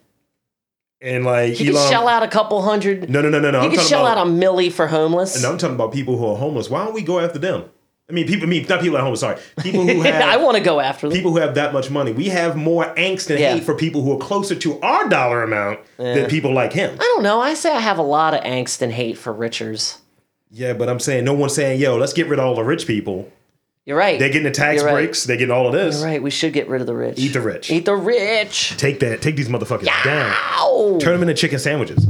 [SPEAKER 1] and like
[SPEAKER 2] He
[SPEAKER 1] Elon.
[SPEAKER 2] could shell out a couple hundred.
[SPEAKER 1] no, no, no, no, no.
[SPEAKER 2] He
[SPEAKER 1] I'm
[SPEAKER 2] could
[SPEAKER 1] talking
[SPEAKER 2] shell
[SPEAKER 1] about,
[SPEAKER 2] out a millie for homeless.
[SPEAKER 1] No, I'm talking about people who are homeless. Why don't we go after them? I mean, people. I mean, not people at home. Sorry, people who have.
[SPEAKER 2] *laughs* *laughs* I want to go after them.
[SPEAKER 1] people who have that much money. We have more angst and
[SPEAKER 2] Yeah.
[SPEAKER 1] hate for people who are closer to our dollar amount than people like him.
[SPEAKER 2] I don't know. I say I have a lot of angst and hate for Richards.
[SPEAKER 1] Yeah, but I'm saying no one's saying, yo, let's get rid of all the rich people.
[SPEAKER 2] You're right.
[SPEAKER 1] They're getting the tax
[SPEAKER 2] You're right.
[SPEAKER 1] breaks. They're getting all of this.
[SPEAKER 2] You're right. We should get rid of the rich.
[SPEAKER 1] Eat the rich.
[SPEAKER 2] Eat the rich.
[SPEAKER 1] Take that. Take these motherfuckers down.
[SPEAKER 2] Ow!
[SPEAKER 1] Turn them into chicken sandwiches.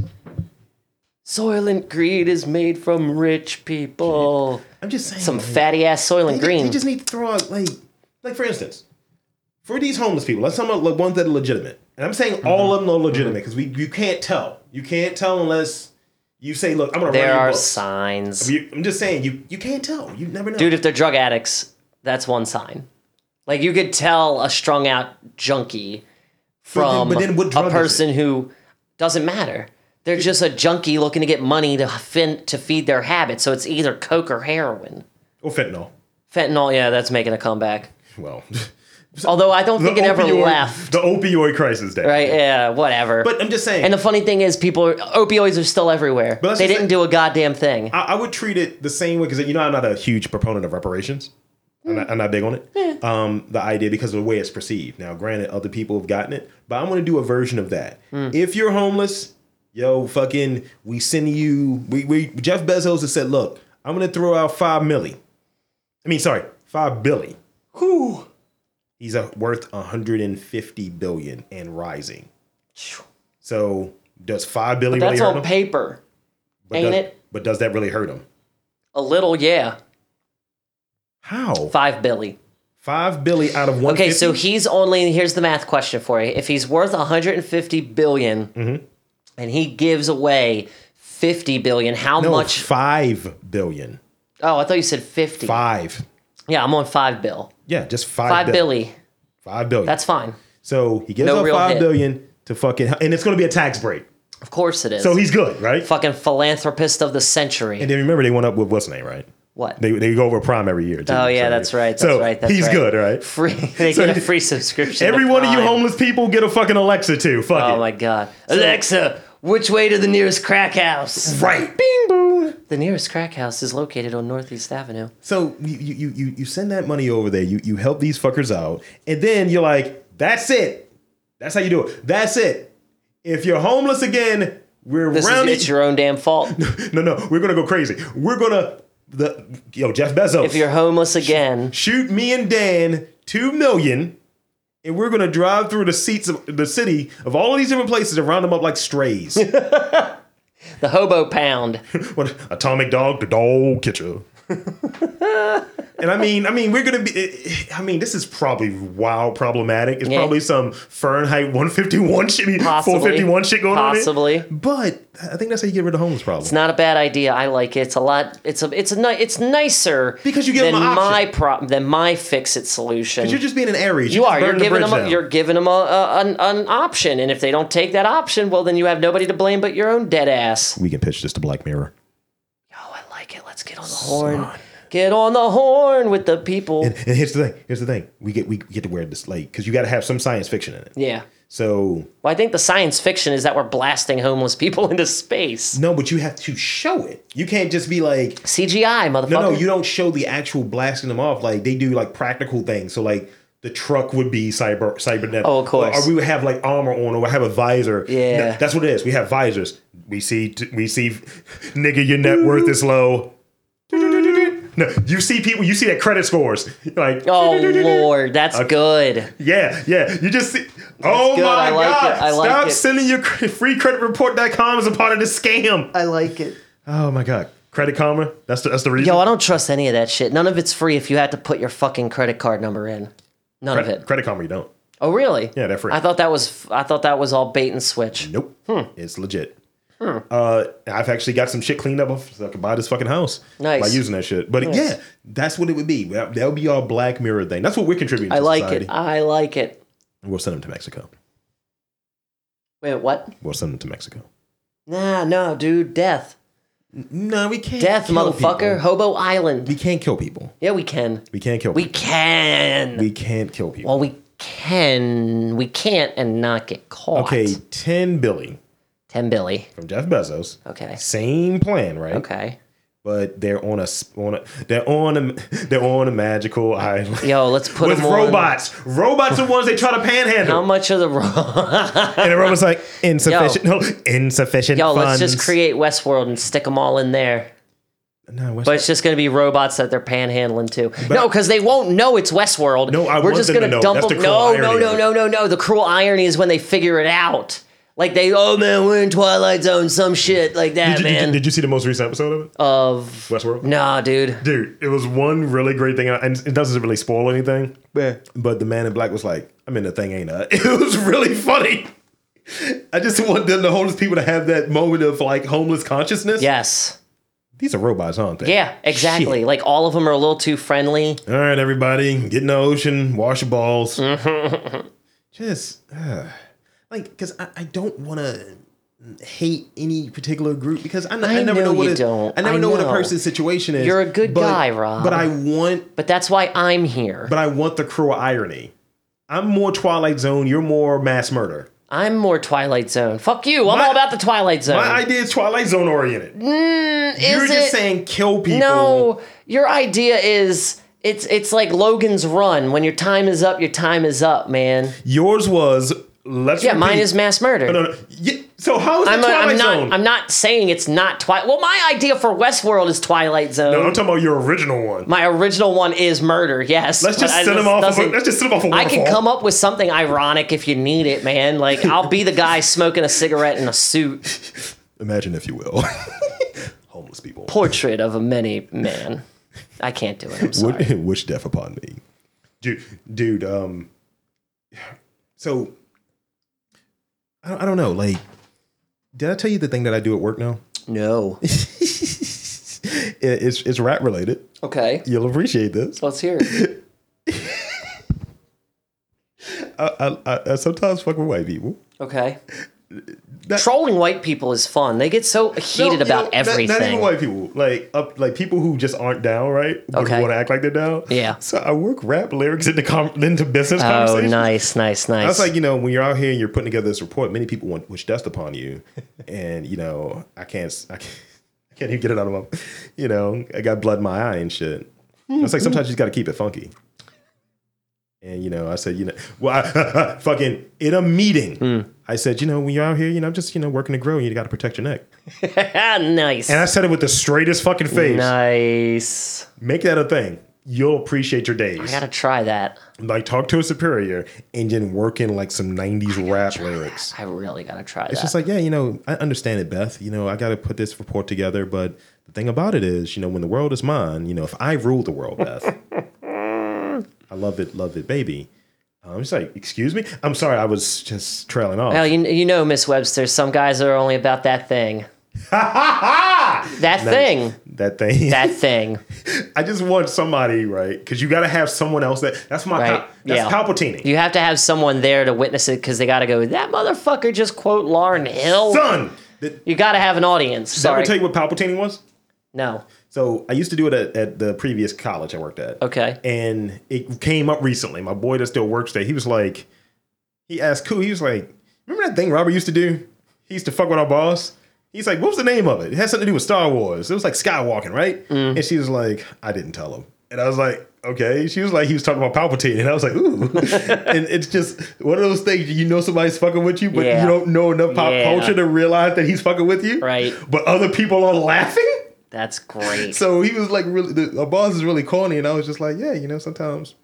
[SPEAKER 2] Soylent Green is made from rich people.
[SPEAKER 1] I'm just saying.
[SPEAKER 2] Some fatty ass Soylent
[SPEAKER 1] They,
[SPEAKER 2] Green.
[SPEAKER 1] they just need to throw out like, like for instance, for these homeless people, let's talk about like ones that are legitimate. And I'm saying
[SPEAKER 2] Mm-hmm.
[SPEAKER 1] all of them are legitimate because we you can't tell. You can't tell unless you say, "Look, I'm gonna
[SPEAKER 2] there
[SPEAKER 1] run your
[SPEAKER 2] are
[SPEAKER 1] books."
[SPEAKER 2] signs.
[SPEAKER 1] You- I'm just saying you you can't tell. You never know.
[SPEAKER 2] Dude, if they're drug addicts, that's one sign. Like you could tell a strung out junkie from
[SPEAKER 1] but then what drug
[SPEAKER 2] a
[SPEAKER 1] is
[SPEAKER 2] person who doesn't matter. They're just a junkie looking to get money to fin- to feed their habit. So it's either coke or heroin.
[SPEAKER 1] or fentanyl.
[SPEAKER 2] Fentanyl, yeah, that's making a comeback.
[SPEAKER 1] Well, *laughs*
[SPEAKER 2] Although I don't
[SPEAKER 1] the
[SPEAKER 2] think it ever
[SPEAKER 1] opioid-
[SPEAKER 2] left.
[SPEAKER 1] The opioid crisis, day.
[SPEAKER 2] Right? Yeah, whatever.
[SPEAKER 1] But I'm just saying.
[SPEAKER 2] and the funny thing is, people are, opioids are still everywhere.
[SPEAKER 1] let's
[SPEAKER 2] They
[SPEAKER 1] just
[SPEAKER 2] didn't
[SPEAKER 1] say-
[SPEAKER 2] do a goddamn thing.
[SPEAKER 1] I, I would treat it the same way because you know I'm not a huge proponent of reparations. I'm, not, I'm not big on it. Um, the idea because of the way it's perceived. Now, granted, other people have gotten it, but I'm going to do a version of that.
[SPEAKER 2] Hmm.
[SPEAKER 1] If you're homeless, yo, fucking, we send you. We, we Jeff Bezos has said, look, I'm going to throw out five milli. I mean, sorry, five billy. Who? He's uh worth 150 billion and rising. So does five billion
[SPEAKER 2] That's
[SPEAKER 1] really hurt
[SPEAKER 2] on
[SPEAKER 1] him?
[SPEAKER 2] paper.
[SPEAKER 1] But
[SPEAKER 2] ain't
[SPEAKER 1] does-
[SPEAKER 2] it?
[SPEAKER 1] But does that really hurt him?
[SPEAKER 2] A little, yeah.
[SPEAKER 1] How?
[SPEAKER 2] Five billy.
[SPEAKER 1] Five Billy out of one.
[SPEAKER 2] Okay, so he's only here's the math question for you. If he's worth 150 billion
[SPEAKER 1] Mm-hmm.
[SPEAKER 2] and he gives away 50 billion, how
[SPEAKER 1] no,
[SPEAKER 2] much?
[SPEAKER 1] five billion.
[SPEAKER 2] Oh, I thought you said 50.
[SPEAKER 1] Five.
[SPEAKER 2] Yeah, I'm on 5 bill.
[SPEAKER 1] Yeah, just five.
[SPEAKER 2] 5
[SPEAKER 1] bill-
[SPEAKER 2] billy.
[SPEAKER 1] Five billion.
[SPEAKER 2] That's fine.
[SPEAKER 1] so he gives
[SPEAKER 2] no
[SPEAKER 1] up
[SPEAKER 2] real
[SPEAKER 1] five
[SPEAKER 2] hit.
[SPEAKER 1] billion to fucking, and it's going to be a tax break.
[SPEAKER 2] Of course it is.
[SPEAKER 1] So he's good, right?
[SPEAKER 2] fucking philanthropist of the century.
[SPEAKER 1] And then remember they went up with what's the name, right?
[SPEAKER 2] what?
[SPEAKER 1] They, they go over prime every year. too.
[SPEAKER 2] oh yeah,
[SPEAKER 1] So-
[SPEAKER 2] that's right. That's
[SPEAKER 1] so
[SPEAKER 2] right. That's
[SPEAKER 1] he's
[SPEAKER 2] right.
[SPEAKER 1] good, right? *laughs*
[SPEAKER 2] Free. They
[SPEAKER 1] So
[SPEAKER 2] get a
[SPEAKER 1] he-
[SPEAKER 2] free subscription. to
[SPEAKER 1] Every one of you
[SPEAKER 2] Prime.
[SPEAKER 1] homeless people get a fucking Alexa too. Fuck
[SPEAKER 2] Oh
[SPEAKER 1] it.
[SPEAKER 2] my god. Alexa, which way to the nearest crack house?
[SPEAKER 1] Right. Bing boom.
[SPEAKER 2] The nearest crack house is located on Northeast Avenue.
[SPEAKER 1] So you you you you send that money over there. You you help these fuckers out, and then you're like, that's it. That's how you do it. That's it. If you're homeless again, we're
[SPEAKER 2] This is,
[SPEAKER 1] rounding.
[SPEAKER 2] it's your own damn fault.
[SPEAKER 1] no, no, we're gonna go crazy. We're gonna the yo Jeff Bezos.
[SPEAKER 2] If you're homeless again,
[SPEAKER 1] shoot me and Dan two million, and we're gonna drive through the seats of the city of all of these different places and round them up like strays.
[SPEAKER 2] the hobo
[SPEAKER 1] *laughs*
[SPEAKER 2] pound.
[SPEAKER 1] what atomic dog the dog
[SPEAKER 2] *laughs*
[SPEAKER 1] catcher and i mean i mean we're gonna be eh, i mean this is probably wild problematic it's
[SPEAKER 2] Yeah.
[SPEAKER 1] probably some fahrenheit 151 shit *laughs* I mean,
[SPEAKER 2] Possibly.
[SPEAKER 1] 451 shit going
[SPEAKER 2] Possibly.
[SPEAKER 1] on here. but i think that's how you get rid of homeless problem
[SPEAKER 2] It's not a bad idea. I like it. It's a lot. It's a. It's a. Ni- it's nicer
[SPEAKER 1] Because you give
[SPEAKER 2] than
[SPEAKER 1] them an
[SPEAKER 2] my
[SPEAKER 1] option.
[SPEAKER 2] problem than my fix it solution.
[SPEAKER 1] you're just being an aries
[SPEAKER 2] You
[SPEAKER 1] just
[SPEAKER 2] are. You're
[SPEAKER 1] burning the
[SPEAKER 2] giving
[SPEAKER 1] bridge
[SPEAKER 2] them. A,
[SPEAKER 1] down.
[SPEAKER 2] you're giving them a, a an, an option, and if they don't take that option, well, then you have nobody to blame but your own dead ass.
[SPEAKER 1] we can pitch this to black mirror
[SPEAKER 2] Oh, I like it. Let's get on the horn. Get on the horn with the people.
[SPEAKER 1] and, and here's the thing here's the thing we get we get to wear this like because you got to have some science fiction in it
[SPEAKER 2] yeah.
[SPEAKER 1] so
[SPEAKER 2] Well, I think the science fiction is that we're blasting homeless people *laughs* into space.
[SPEAKER 1] no but you have to show it you can't just be like
[SPEAKER 2] CGI, motherfucker.
[SPEAKER 1] No, no, you don't show the actual blasting them off. Like they do like practical things. So like the truck would be cyber cybernetic.
[SPEAKER 2] Oh, of course.
[SPEAKER 1] Or, we would have like armor on, or we have a visor.
[SPEAKER 2] Yeah.
[SPEAKER 1] Th- that's what it is. We have visors. We see, t- we see, nigga, your net worth is low. No, you see people. You see that credit scores. Like,
[SPEAKER 2] Oh Lord, that's good.
[SPEAKER 1] yeah, yeah. You just see. oh
[SPEAKER 2] good.
[SPEAKER 1] my
[SPEAKER 2] I like
[SPEAKER 1] god!
[SPEAKER 2] it. I like
[SPEAKER 1] Stop
[SPEAKER 2] it.
[SPEAKER 1] sending your cre- freecreditreport.com is a part of this scam.
[SPEAKER 2] I like it.
[SPEAKER 1] Oh my god, credit karma. That's the that's the reason.
[SPEAKER 2] Yo, I don't trust any of that shit. None of it's free if you have to put your fucking credit card number in. None of it.
[SPEAKER 1] credit karma, you don't.
[SPEAKER 2] Oh, really?
[SPEAKER 1] Yeah, they're free.
[SPEAKER 2] I thought that was I thought that was all bait and switch.
[SPEAKER 1] Nope. It's legit. Uh, I've actually got some shit cleaned up off- so I can buy this fucking house
[SPEAKER 2] Nice.
[SPEAKER 1] by using that shit. But yeah, that's what it would be. That that would be our Black Mirror thing. That's what we're contributing.
[SPEAKER 2] I
[SPEAKER 1] to
[SPEAKER 2] like
[SPEAKER 1] society.
[SPEAKER 2] it. I like it.
[SPEAKER 1] We'll send them to Mexico.
[SPEAKER 2] Wait, what?
[SPEAKER 1] We'll send them to Mexico.
[SPEAKER 2] Nah, no, dude, death,
[SPEAKER 1] No, we can't.
[SPEAKER 2] death,
[SPEAKER 1] kill
[SPEAKER 2] motherfucker,
[SPEAKER 1] people.
[SPEAKER 2] Hobo Island.
[SPEAKER 1] We can't kill people.
[SPEAKER 2] Yeah, we can.
[SPEAKER 1] We can't kill.
[SPEAKER 2] We
[SPEAKER 1] people.
[SPEAKER 2] can.
[SPEAKER 1] we can't kill people.
[SPEAKER 2] well, we can. We can't and not get caught.
[SPEAKER 1] okay, ten billion
[SPEAKER 2] Ten Billy.
[SPEAKER 1] from Jeff Bezos.
[SPEAKER 2] Okay.
[SPEAKER 1] Same plan, right?
[SPEAKER 2] Okay.
[SPEAKER 1] But they're on a s- on a they're on a they're on a magical island
[SPEAKER 2] Yo, let's put
[SPEAKER 1] with
[SPEAKER 2] them on-
[SPEAKER 1] robots. Robots are the ones they try to panhandle.
[SPEAKER 2] How much of the *laughs* ro-
[SPEAKER 1] And the robot's like, *laughs* insufficient, no, insufficient
[SPEAKER 2] Yo,
[SPEAKER 1] funds.
[SPEAKER 2] let's just create Westworld and stick them all in there.
[SPEAKER 1] No, West-
[SPEAKER 2] But it's just going to be robots that they're panhandling to. no, because they won't know it's Westworld.
[SPEAKER 1] No, I
[SPEAKER 2] we're
[SPEAKER 1] want
[SPEAKER 2] just
[SPEAKER 1] them to
[SPEAKER 2] going to
[SPEAKER 1] know.
[SPEAKER 2] dump
[SPEAKER 1] That's
[SPEAKER 2] them.
[SPEAKER 1] the cruel
[SPEAKER 2] No, no,
[SPEAKER 1] irony
[SPEAKER 2] no,
[SPEAKER 1] of it.
[SPEAKER 2] no, no, no. The cruel irony is when they figure it out. Like they, oh man, we're in Twilight Zone, some shit like that,
[SPEAKER 3] Did you, did,
[SPEAKER 2] man.
[SPEAKER 3] you- did you see the most recent episode of it?
[SPEAKER 2] Oh, of
[SPEAKER 3] Westworld.
[SPEAKER 2] nah, dude.
[SPEAKER 3] Dude, it was one really great thing, and it doesn't really spoil anything.
[SPEAKER 1] But the man in black was like, I mean, the thing ain't up. *laughs* It was really funny. I just want them, the homeless people to have that moment of like homeless consciousness.
[SPEAKER 2] Yes.
[SPEAKER 1] These are robots, aren't they?
[SPEAKER 2] Yeah. Exactly. Like all of them are a little too friendly.
[SPEAKER 1] All right, everybody, get in the ocean, wash your
[SPEAKER 2] *laughs*
[SPEAKER 1] balls. just uh, like, because I, I don't want to hate any particular group because I, n-
[SPEAKER 2] I
[SPEAKER 1] I never
[SPEAKER 2] know
[SPEAKER 1] know, what
[SPEAKER 2] you
[SPEAKER 1] a-
[SPEAKER 2] don't.
[SPEAKER 1] I never
[SPEAKER 2] I
[SPEAKER 1] know. what a
[SPEAKER 2] know.
[SPEAKER 1] person's situation is.
[SPEAKER 2] You're a good
[SPEAKER 1] but-
[SPEAKER 2] guy, Rob.
[SPEAKER 1] But I want
[SPEAKER 2] But that's why I'm here.
[SPEAKER 1] but I want the cruel irony. I'm more Twilight Zone. You're more mass murder.
[SPEAKER 2] I'm more Twilight Zone. Fuck you. I'm
[SPEAKER 1] My-
[SPEAKER 2] all about the Twilight Zone.
[SPEAKER 1] My idea is Twilight Zone oriented. You're
[SPEAKER 2] Mm, Is
[SPEAKER 1] just
[SPEAKER 2] it-
[SPEAKER 1] saying kill people.
[SPEAKER 2] No, your idea is it's it's like Logan's Run. When your time is up, your time is up, man.
[SPEAKER 3] Yours was let's
[SPEAKER 2] Yeah, mine
[SPEAKER 3] repeat-
[SPEAKER 2] is mass murder.
[SPEAKER 3] No, no. Yeah, so how is
[SPEAKER 2] I'm,
[SPEAKER 3] the
[SPEAKER 2] a,
[SPEAKER 3] Twilight
[SPEAKER 2] I'm not.
[SPEAKER 3] Zone?
[SPEAKER 2] I'm not saying it's not Twilight. Well, my idea for Westworld is Twilight Zone.
[SPEAKER 3] no, I'm talking about your original one.
[SPEAKER 2] my original one is murder. Yes.
[SPEAKER 3] let's
[SPEAKER 2] but
[SPEAKER 3] just
[SPEAKER 2] I
[SPEAKER 3] send him off. Of
[SPEAKER 2] just
[SPEAKER 3] a,
[SPEAKER 2] doesn't-
[SPEAKER 3] let's just send him off a
[SPEAKER 2] I
[SPEAKER 3] waterfall.
[SPEAKER 2] can come up with something ironic if you need it, man. Like I'll be the guy smoking a cigarette in a suit,
[SPEAKER 1] Imagine if you will. *laughs* Homeless people.
[SPEAKER 2] portrait of a many man. I can't do it. I'm sorry.
[SPEAKER 1] *laughs* Wish, wish death upon me.
[SPEAKER 3] dude. Dude, um,
[SPEAKER 1] So I don't, I don't know. Like, did I tell you the thing that I do at work now? *laughs*
[SPEAKER 2] No.
[SPEAKER 1] It- It's it's rat related.
[SPEAKER 2] Okay.
[SPEAKER 1] You'll appreciate this.
[SPEAKER 2] Let's hear it.
[SPEAKER 1] I, I, I sometimes fuck with white people.
[SPEAKER 2] Okay.
[SPEAKER 1] That-
[SPEAKER 2] Trolling white people is fun. They get so
[SPEAKER 1] No,
[SPEAKER 2] heated
[SPEAKER 1] you
[SPEAKER 2] about
[SPEAKER 1] know, not-
[SPEAKER 2] everything.
[SPEAKER 1] Not, even white people, like up, like people who just aren't down, right? But
[SPEAKER 2] Okay.
[SPEAKER 1] want to act like they're down.
[SPEAKER 2] Yeah.
[SPEAKER 1] So I work rap lyrics into com- into business
[SPEAKER 2] oh,
[SPEAKER 1] conversations.
[SPEAKER 2] nice, nice, nice.
[SPEAKER 1] That's like you know when you're out here and you're putting together this report, many people want wish dust upon
[SPEAKER 2] *laughs*
[SPEAKER 1] you, and you know I can't s- I can't, *laughs* I can't even get it out of my you know I got blood in my eye and shit. It's like sometimes you just got to keep it funky. And you know I said you know well I, *laughs* fucking in a meeting
[SPEAKER 2] Hmm.
[SPEAKER 1] I said you know when you're out here you know I'm just you know working to grow you got to protect your neck.
[SPEAKER 2] *laughs* nice.
[SPEAKER 3] and I said it with the straightest fucking face.
[SPEAKER 2] nice.
[SPEAKER 3] Make that a thing. You'll appreciate your days.
[SPEAKER 2] I gotta try that.
[SPEAKER 3] like talk to a superior and then work in like some 90s rap lyrics
[SPEAKER 2] I really gotta try
[SPEAKER 1] It's
[SPEAKER 2] that.
[SPEAKER 1] just like, yeah, you know, I understand it, Beth. You know, I got to put this report together. But the thing about it is, you know, when the world is mine, you know, if I rule the world,
[SPEAKER 2] *laughs*
[SPEAKER 1] Beth, I love it, love it, baby. I'm just like, excuse me? I'm sorry, I was just trailing off.
[SPEAKER 2] Well, you, you know, Miss Webster, some guys are only about that thing. that thing.
[SPEAKER 1] *laughs* that thing. *laughs*
[SPEAKER 2] That thing.
[SPEAKER 3] i just want somebody right because you got to have someone else that that's my
[SPEAKER 2] Right,
[SPEAKER 3] Pal- that's
[SPEAKER 2] yeah.
[SPEAKER 3] palpatine
[SPEAKER 2] You have to have someone there to witness it because they gotta go, that motherfucker just quote Lauren Hill.
[SPEAKER 3] son
[SPEAKER 2] you gotta have an audience.
[SPEAKER 3] did i ever
[SPEAKER 2] Sorry.
[SPEAKER 3] tell you what palpatine was
[SPEAKER 2] no.
[SPEAKER 1] So I used to do it at, at the previous college I worked at.
[SPEAKER 2] Okay.
[SPEAKER 3] and
[SPEAKER 1] It came up recently. My boy that still works there, he was like, he asked Cool, he was like, remember that thing Robert used to do? He used to fuck with our boss. He's like, what was the name of it? It had something to do with Star Wars. It was like Skywalking, right?
[SPEAKER 2] Mm-hmm.
[SPEAKER 1] And she was like, I didn't tell him. And I was like, okay. She was like, he was talking about Palpatine. And I was like,
[SPEAKER 2] *laughs*
[SPEAKER 1] ooh. and it's just one of those things you know somebody's fucking with you, but
[SPEAKER 2] Yeah.
[SPEAKER 1] you don't know enough pop
[SPEAKER 2] Yeah.
[SPEAKER 1] culture to realize that he's fucking with you.
[SPEAKER 2] Right.
[SPEAKER 1] But other people are laughing.
[SPEAKER 2] That's great.
[SPEAKER 1] So he was like, really, the, the boss is really corny. And I was just like, yeah, you know, sometimes.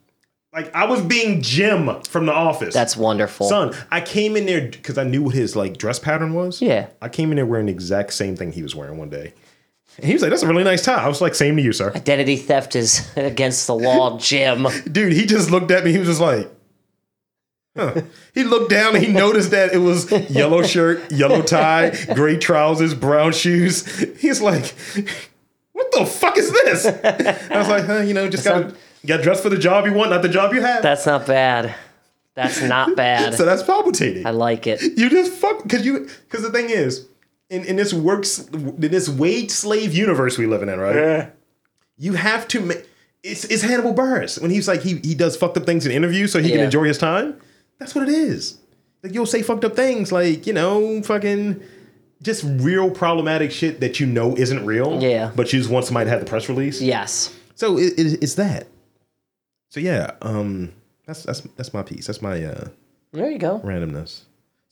[SPEAKER 3] like i was being jim from the office
[SPEAKER 2] That's wonderful.
[SPEAKER 1] Son, I came in there because I knew what his like dress pattern was.
[SPEAKER 2] Yeah.
[SPEAKER 1] I came in there wearing the exact same thing he was wearing one day. And he was like, that's a really nice tie. I was like, same to you, sir.
[SPEAKER 2] Identity theft is *laughs* against the law, Jim.
[SPEAKER 1] Dude, he just looked at me. He was just like, huh. He looked down and he noticed that it was yellow shirt, yellow tie, gray trousers, brown shoes. He's like, what the fuck is this? I was like, huh, you know, just got to
[SPEAKER 3] got dressed for the job you want not the job you have
[SPEAKER 2] That's not bad. That's not
[SPEAKER 1] *laughs*
[SPEAKER 2] bad.
[SPEAKER 1] So that's palpitating.
[SPEAKER 2] I like it.
[SPEAKER 1] You just fuck because you because the thing is, in, in this works in this wage slave universe we live in, right? You have to make it's it's Hannibal Burris when he's like he he does fucked up things in interviews so he can
[SPEAKER 2] Yeah.
[SPEAKER 1] enjoy his time. That's what it is. Like you'll say fucked up things like you know fucking just real problematic shit that you know isn't real.
[SPEAKER 2] Yeah.
[SPEAKER 1] but you just want somebody to have the press release.
[SPEAKER 2] Yes.
[SPEAKER 1] So it, it, it's that. So yeah, um, that's that's that's my piece. That's my uh
[SPEAKER 2] There you go.
[SPEAKER 1] randomness.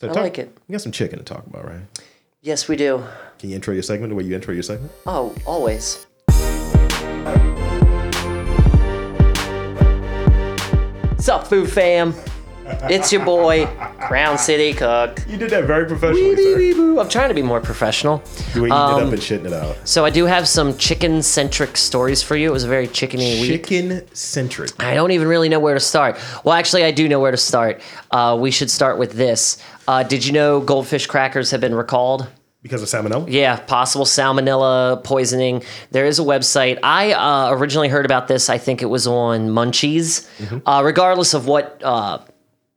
[SPEAKER 1] So
[SPEAKER 2] I
[SPEAKER 1] talk-
[SPEAKER 2] like it.
[SPEAKER 1] We got some chicken to talk about, right?
[SPEAKER 2] Yes, we do.
[SPEAKER 1] Can you intro your segment the way you intro your segment?
[SPEAKER 2] Oh, always. Sup, food fam? It's your boy, Crown City Cook.
[SPEAKER 1] You did that very professionally, sir.
[SPEAKER 2] I'm trying to be more professional.
[SPEAKER 1] You were eating it
[SPEAKER 2] Um,
[SPEAKER 1] up and shitting it out.
[SPEAKER 2] So I do have some chicken-centric stories for you. It was a very chickeny week.
[SPEAKER 1] Chicken centric.
[SPEAKER 2] I don't even really know where to start. Well, actually, I do know where to start. Uh, we should start with this. Uh, did you know goldfish crackers have been recalled?
[SPEAKER 1] Because of salmonella?
[SPEAKER 2] Yeah, possible salmonella poisoning. There is a website. I uh, originally heard about this. I think it was on Munchies. Uh, regardless of what uh,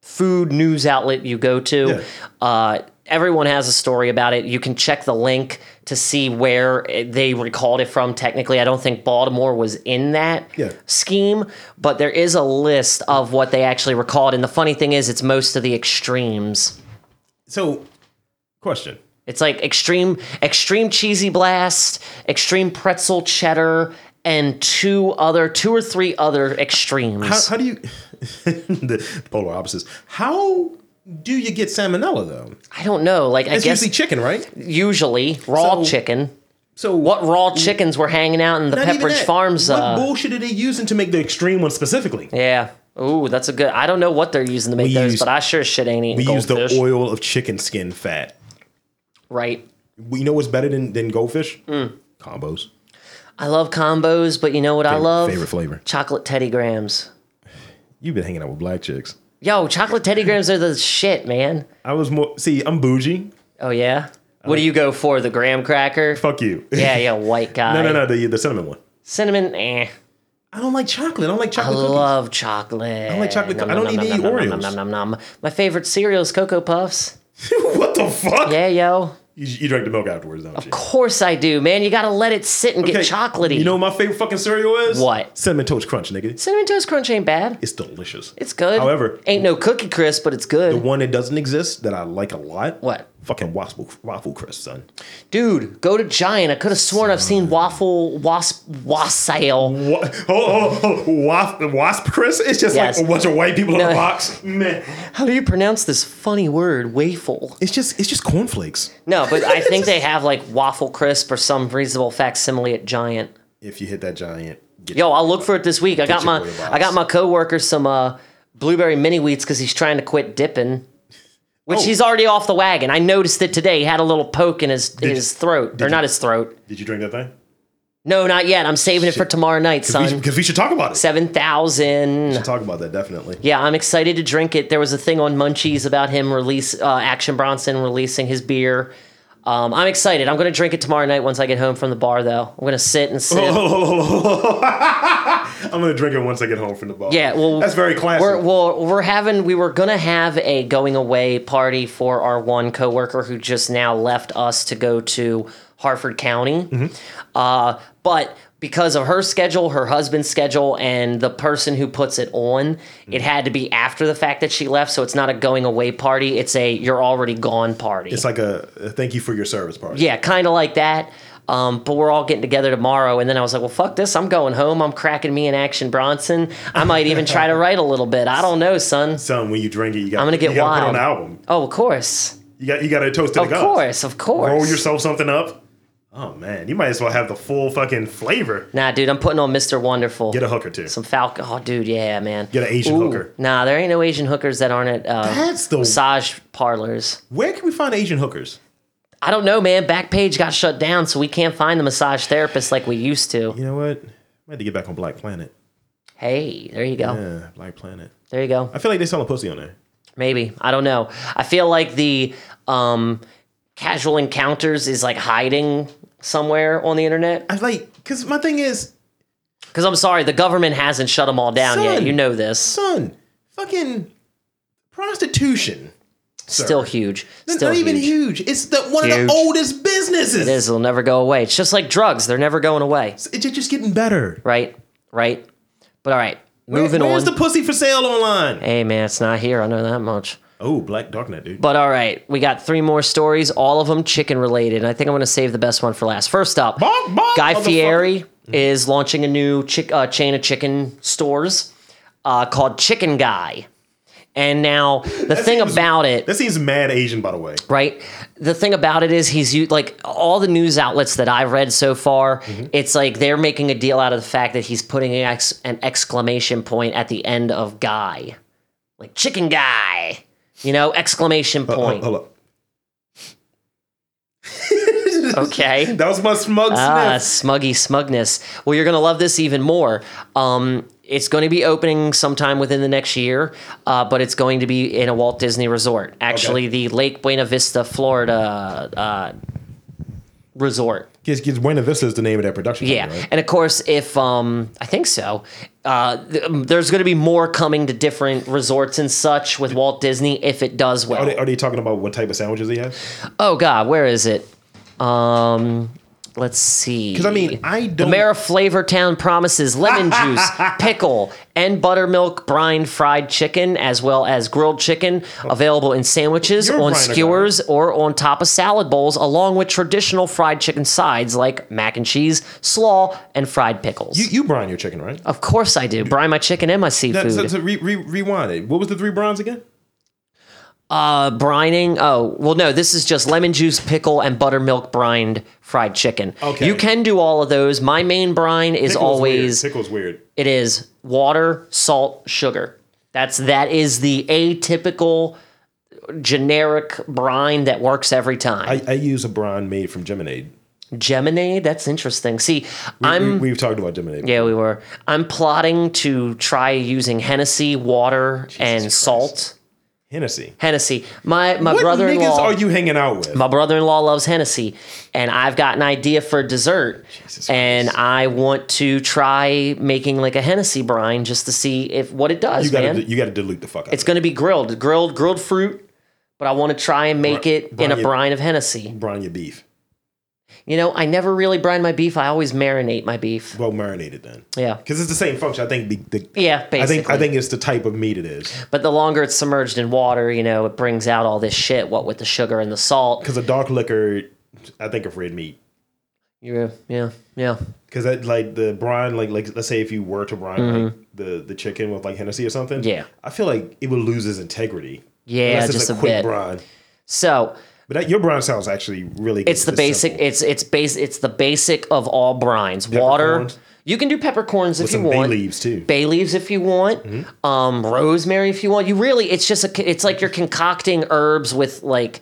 [SPEAKER 2] food news outlet you go to, uh, everyone has a story about it. You can check the link to see where it- they recalled it from. Technically, I don't think Baltimore was in that
[SPEAKER 1] Yeah.
[SPEAKER 2] scheme, but there is a list of what they actually recalled. And the funny thing is, it's most of the extremes.
[SPEAKER 1] So, question.
[SPEAKER 2] It's like extreme extreme cheesy blast, extreme pretzel cheddar, and two other two or three other extremes.
[SPEAKER 1] How, how do you. *laughs* the polar opposites. How do you get salmonella, though?
[SPEAKER 2] I don't know. Like I
[SPEAKER 1] It's
[SPEAKER 2] guess
[SPEAKER 1] usually chicken, right?
[SPEAKER 2] usually raw
[SPEAKER 1] So-
[SPEAKER 2] chicken.
[SPEAKER 1] So
[SPEAKER 2] What raw chickens were hanging out in the
[SPEAKER 1] Not even
[SPEAKER 2] Pepperidge
[SPEAKER 1] that.
[SPEAKER 2] Farms?
[SPEAKER 1] What
[SPEAKER 2] Uh,
[SPEAKER 1] bullshit are they using to make the extreme one specifically?
[SPEAKER 2] yeah. Ooh, that's a good. I don't know what they're using to make
[SPEAKER 1] We
[SPEAKER 2] those,
[SPEAKER 1] use-
[SPEAKER 2] but I sure as shit ain't eating
[SPEAKER 1] We use
[SPEAKER 2] goldfish.
[SPEAKER 1] the oil of chicken skin fat.
[SPEAKER 2] Right.
[SPEAKER 1] We- You know what's better than, than goldfish?
[SPEAKER 2] Mm.
[SPEAKER 1] Combos.
[SPEAKER 2] I love combos, but you know what I love?
[SPEAKER 1] favorite flavor.
[SPEAKER 2] Chocolate Teddy Grahams.
[SPEAKER 1] You've been hanging out with black chicks.
[SPEAKER 2] Yo, chocolate Teddy Grahams are the shit, man.
[SPEAKER 1] I was more. See, I'm bougie.
[SPEAKER 2] Oh yeah.
[SPEAKER 1] Uh,
[SPEAKER 2] What do you go for? The graham cracker?
[SPEAKER 1] Fuck you.
[SPEAKER 2] Yeah, yeah, white guy.
[SPEAKER 1] *laughs* no, no, no. The the cinnamon one.
[SPEAKER 2] Cinnamon, eh.
[SPEAKER 1] I don't like chocolate. I don't like
[SPEAKER 2] I
[SPEAKER 1] chocolate cookies.
[SPEAKER 2] love chocolate. I
[SPEAKER 1] like chocolate co- I don't even eat Oreos.
[SPEAKER 2] My favorite cereal is Cocoa Puffs.
[SPEAKER 1] *laughs* what the fuck?
[SPEAKER 2] Yeah, yo.
[SPEAKER 1] You, you drink the milk afterwards, don't you?
[SPEAKER 2] Of course I do, man. You gotta let it sit and get
[SPEAKER 1] Okay,
[SPEAKER 2] chocolatey.
[SPEAKER 1] You know what my favorite fucking cereal is?
[SPEAKER 2] What?
[SPEAKER 1] Cinnamon Toast Crunch, nigga.
[SPEAKER 2] Cinnamon Toast Crunch ain't bad.
[SPEAKER 1] It's delicious.
[SPEAKER 2] It's good.
[SPEAKER 1] However,
[SPEAKER 2] ain't no cookie crisp, but it's good.
[SPEAKER 1] one that doesn't exist that I like a lot.
[SPEAKER 2] What?
[SPEAKER 1] Fucking waffle waffle crisp, son.
[SPEAKER 2] Dude, go to Giant. I could have sworn I've seen waffle wasp wassail.
[SPEAKER 1] Wa- *laughs* oh, oh, oh, wasp, wasp crisp? It's just
[SPEAKER 2] Yes.
[SPEAKER 1] like a bunch of white people in
[SPEAKER 2] No.
[SPEAKER 1] a box. Man.
[SPEAKER 2] How do you pronounce this funny word, waffle?
[SPEAKER 1] It's just it's just cornflakes.
[SPEAKER 2] No, but I think they have like waffle crisp or some reasonable facsimile at Giant.
[SPEAKER 1] If you hit that giant, get
[SPEAKER 2] Yo, I'll look for it this week. I got
[SPEAKER 1] your
[SPEAKER 2] my
[SPEAKER 1] boy a box.
[SPEAKER 2] I got my coworker some uh, blueberry mini wheats because he's trying to quit dipping, which
[SPEAKER 1] Oh.
[SPEAKER 2] he's already off the wagon. I noticed it today. He had a little poke in his his throat, or not his throat.
[SPEAKER 1] Did you drink that thing?
[SPEAKER 2] No, not yet. I'm saving it for tomorrow night,
[SPEAKER 1] Because
[SPEAKER 2] son.
[SPEAKER 1] we, should talk about it.
[SPEAKER 2] Seven thousand.
[SPEAKER 1] We'll talk about that definitely. *laughs*
[SPEAKER 2] Yeah, I'm excited to drink it. There was a thing on Munchies about him release uh, Action Bronson releasing his beer. Um, I'm excited. I'm gonna drink it tomorrow night once I get home from the bar, though. I'm gonna sit and sip.
[SPEAKER 1] Oh, I'm gonna drink it once I get home from the bar.
[SPEAKER 2] Yeah, well,
[SPEAKER 1] that's very classic.
[SPEAKER 2] We're, well, we're having we were gonna have a going away party for our one coworker who just now left us to go to Harford County,
[SPEAKER 1] Mm-hmm.
[SPEAKER 2] uh, but because of her schedule, her husband's schedule, and the person who puts it on,
[SPEAKER 1] Mm-hmm.
[SPEAKER 2] it had to be after the fact that she left. So it's not a going away party; it's a you're already gone party.
[SPEAKER 1] it's like a, a thank you for your service party.
[SPEAKER 2] Yeah, kind of like that. Um, but we're all getting together tomorrow, and then I was like, "Well, fuck this! I'm going home. I'm cracking me an action Bronson. I might even try to write a little bit. I don't know, son.
[SPEAKER 1] Son, when you drink it, you got
[SPEAKER 2] I'm gonna get
[SPEAKER 1] you gotta put on
[SPEAKER 2] wild.
[SPEAKER 1] an album.
[SPEAKER 2] Oh, of course,
[SPEAKER 1] You got you got to toast to
[SPEAKER 2] of
[SPEAKER 1] the gods.
[SPEAKER 2] course, of course.
[SPEAKER 1] Roll yourself something up. Oh man, you might as well have the full fucking flavor.
[SPEAKER 2] nah, dude, I'm putting on Mister Wonderful.
[SPEAKER 1] Get a hooker too.
[SPEAKER 2] some Falcon. Oh, dude, yeah, man.
[SPEAKER 1] Get an Asian hooker. Oh.
[SPEAKER 2] Nah, there ain't no Asian hookers that aren't at uh,
[SPEAKER 1] That's the
[SPEAKER 2] massage parlors.
[SPEAKER 1] where can we find Asian hookers?
[SPEAKER 2] I don't know, man. Backpage got shut down, so we can't find the massage therapist like we used to.
[SPEAKER 1] You know what? I had to get back on Black Planet.
[SPEAKER 2] Hey, there you go.
[SPEAKER 1] Yeah, Black Planet.
[SPEAKER 2] There you go.
[SPEAKER 1] I feel like they selling pussy on there.
[SPEAKER 2] Maybe. I don't know. I feel like the um, casual encounters is like hiding somewhere on the internet.
[SPEAKER 1] I like because my thing is,
[SPEAKER 2] Because I'm sorry, the government hasn't shut them all down yet.
[SPEAKER 1] Son.
[SPEAKER 2] You know this.
[SPEAKER 1] son, fucking prostitution.
[SPEAKER 2] Still huge.
[SPEAKER 1] It's
[SPEAKER 2] Still
[SPEAKER 1] not even
[SPEAKER 2] huge.
[SPEAKER 1] huge. It's the one of
[SPEAKER 2] Huge.
[SPEAKER 1] the oldest businesses.
[SPEAKER 2] It is. It'll never go away. It's just like drugs. They're never going away.
[SPEAKER 1] It's just getting better.
[SPEAKER 2] Right? Right? But all right. Moving
[SPEAKER 1] Where's
[SPEAKER 2] on.
[SPEAKER 1] the pussy for sale online?
[SPEAKER 2] hey, man, it's not here. I know that much.
[SPEAKER 1] Oh, Black Darknet, dude.
[SPEAKER 2] But all right, we got three more stories, all of them chicken related. And I think I'm going to save the best one for last. First up,
[SPEAKER 1] Bonk, bonk,
[SPEAKER 2] Guy
[SPEAKER 1] motherfucker.
[SPEAKER 2] Fieri is launching a new chick, uh, chain of chicken stores uh, called Chicken Guy. And now the thing
[SPEAKER 3] seems-
[SPEAKER 2] about it,
[SPEAKER 3] That seems mad Asian, by the way.
[SPEAKER 2] right? The thing about it is he's u- like all the news outlets that I've read so far, it's like they're making a deal out of the fact that he's putting an, ex- an exclamation point at the end of guy. Like chicken guy. You know, exclamation
[SPEAKER 1] Uh,
[SPEAKER 2] point.
[SPEAKER 3] Hold up.
[SPEAKER 2] Okay.
[SPEAKER 3] That was my smug
[SPEAKER 2] Ah,
[SPEAKER 3] sniff.
[SPEAKER 2] smuggy smugness. Well, you're going to love this even more. Um, it's going to be opening sometime within the next year, uh, but it's going to be in a Walt Disney resort. Actually, the Lake Buena Vista, Florida uh, resort.
[SPEAKER 1] Because Buena Vista is the name of that production.
[SPEAKER 2] Yeah,
[SPEAKER 1] company, right?
[SPEAKER 2] and of course, if um, I think so, uh, th- um, there's going to be more coming to different resorts and such with Walt Disney if it does well.
[SPEAKER 1] Are they, are they talking about what type of sandwiches they have?
[SPEAKER 2] oh God, where is it? Um, let's see. Because
[SPEAKER 1] I mean, I
[SPEAKER 2] The
[SPEAKER 1] don't.
[SPEAKER 2] Mara Flavor Town
[SPEAKER 1] *laughs*
[SPEAKER 2] promises lemon juice, pickle, and buttermilk brine fried chicken, as well as grilled chicken, available in sandwiches,
[SPEAKER 3] You're
[SPEAKER 2] on
[SPEAKER 3] Brian O'Connor.
[SPEAKER 2] skewers, or on top of salad bowls, along with traditional fried chicken sides like mac and cheese, slaw, and fried pickles.
[SPEAKER 1] you, you brine your chicken, right?
[SPEAKER 2] of course, I do. Brine my chicken and my
[SPEAKER 1] That-
[SPEAKER 2] seafood.
[SPEAKER 1] so, so re, re, rewind it. What was the three brines again?
[SPEAKER 2] uh, brining. Oh, well, no, this is just lemon juice, pickle, and buttermilk brined fried chicken.
[SPEAKER 1] Okay.
[SPEAKER 2] You can do all of those. My main brine is
[SPEAKER 3] Pickle's
[SPEAKER 2] always.
[SPEAKER 3] weird. pickle's weird.
[SPEAKER 2] It is water, salt, sugar. That's that is the atypical generic brine that works every time.
[SPEAKER 1] I, I use a brine made from Geminade.
[SPEAKER 2] Gemini, that's interesting. See, I'm
[SPEAKER 1] We, we've talked about Geminade.
[SPEAKER 2] Mm. yeah, we were. I'm plotting to try using Hennessy, water, and salt.
[SPEAKER 1] Hennessy.
[SPEAKER 2] Hennessy. My my
[SPEAKER 1] What niggas
[SPEAKER 2] brother-in-law
[SPEAKER 1] are you hanging out with?
[SPEAKER 2] my brother-in-law loves Hennessy, and I've got an idea for a dessert, and I want to try making like a Hennessy brine just to see if what it does.
[SPEAKER 1] you gotta
[SPEAKER 2] man.
[SPEAKER 1] you gotta dilute the fuck out.
[SPEAKER 2] It's going to be grilled, grilled, grilled fruit. But I want to try and make
[SPEAKER 1] Bri-
[SPEAKER 2] it in a
[SPEAKER 1] brine-
[SPEAKER 2] brine of Hennessy.
[SPEAKER 1] brine your beef.
[SPEAKER 2] You know, I never really brine my beef. I always marinate my beef.
[SPEAKER 1] Well, marinate it then.
[SPEAKER 2] Yeah,
[SPEAKER 1] Because it's the same function. I think the, the
[SPEAKER 2] yeah, basically.
[SPEAKER 1] I think I think it's the type of meat it is.
[SPEAKER 2] but the longer it's submerged in water, you know, it brings out all this shit. What with the sugar and the salt.
[SPEAKER 1] Because a dark liquor, I think of red meat.
[SPEAKER 2] Yeah, yeah, yeah.
[SPEAKER 1] Because that like the brine, like like let's say if you were to brine like, the the chicken with like Hennessy or something,
[SPEAKER 2] Mm-hmm. Yeah.
[SPEAKER 1] I feel like it would lose its integrity.
[SPEAKER 2] Yeah,
[SPEAKER 1] Unless it's
[SPEAKER 2] just
[SPEAKER 1] a,
[SPEAKER 2] a
[SPEAKER 1] quick
[SPEAKER 2] bit.
[SPEAKER 1] brine.
[SPEAKER 2] So
[SPEAKER 1] But that, your brine sounds actually really. good.
[SPEAKER 2] it's the basic.
[SPEAKER 1] simple.
[SPEAKER 2] It's it's base. It's the basic of all brines. Water.
[SPEAKER 1] Peppercorns.
[SPEAKER 2] You can do peppercorns if
[SPEAKER 1] Some
[SPEAKER 2] you
[SPEAKER 1] bay
[SPEAKER 2] want.
[SPEAKER 1] leaves Mm-hmm. too.
[SPEAKER 2] bay leaves if you want, um, rosemary if you want. You really, it's just a, it's like you're concocting herbs with like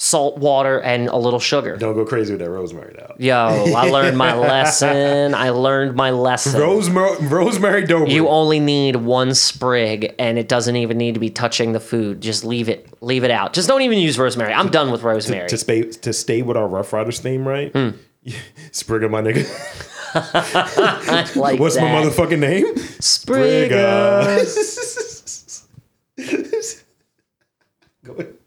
[SPEAKER 2] salt water and a little sugar.
[SPEAKER 1] Don't go crazy with that rosemary though.
[SPEAKER 2] Yo, I learned my lesson. I learned my lesson.
[SPEAKER 1] Rosemary, rosemary Dover.
[SPEAKER 2] you only need one sprig, and it doesn't even need to be touching the food. Just leave it, leave it out. Just don't even use rosemary. I'm done with rosemary.
[SPEAKER 1] to stay to stay with our Rough Riders theme, right?
[SPEAKER 2] Hmm.
[SPEAKER 1] *laughs* Sprig of my nigga. *laughs*
[SPEAKER 2] I like
[SPEAKER 1] What's
[SPEAKER 2] that.
[SPEAKER 1] my motherfucking name?
[SPEAKER 2] Sprigga.
[SPEAKER 1] *laughs*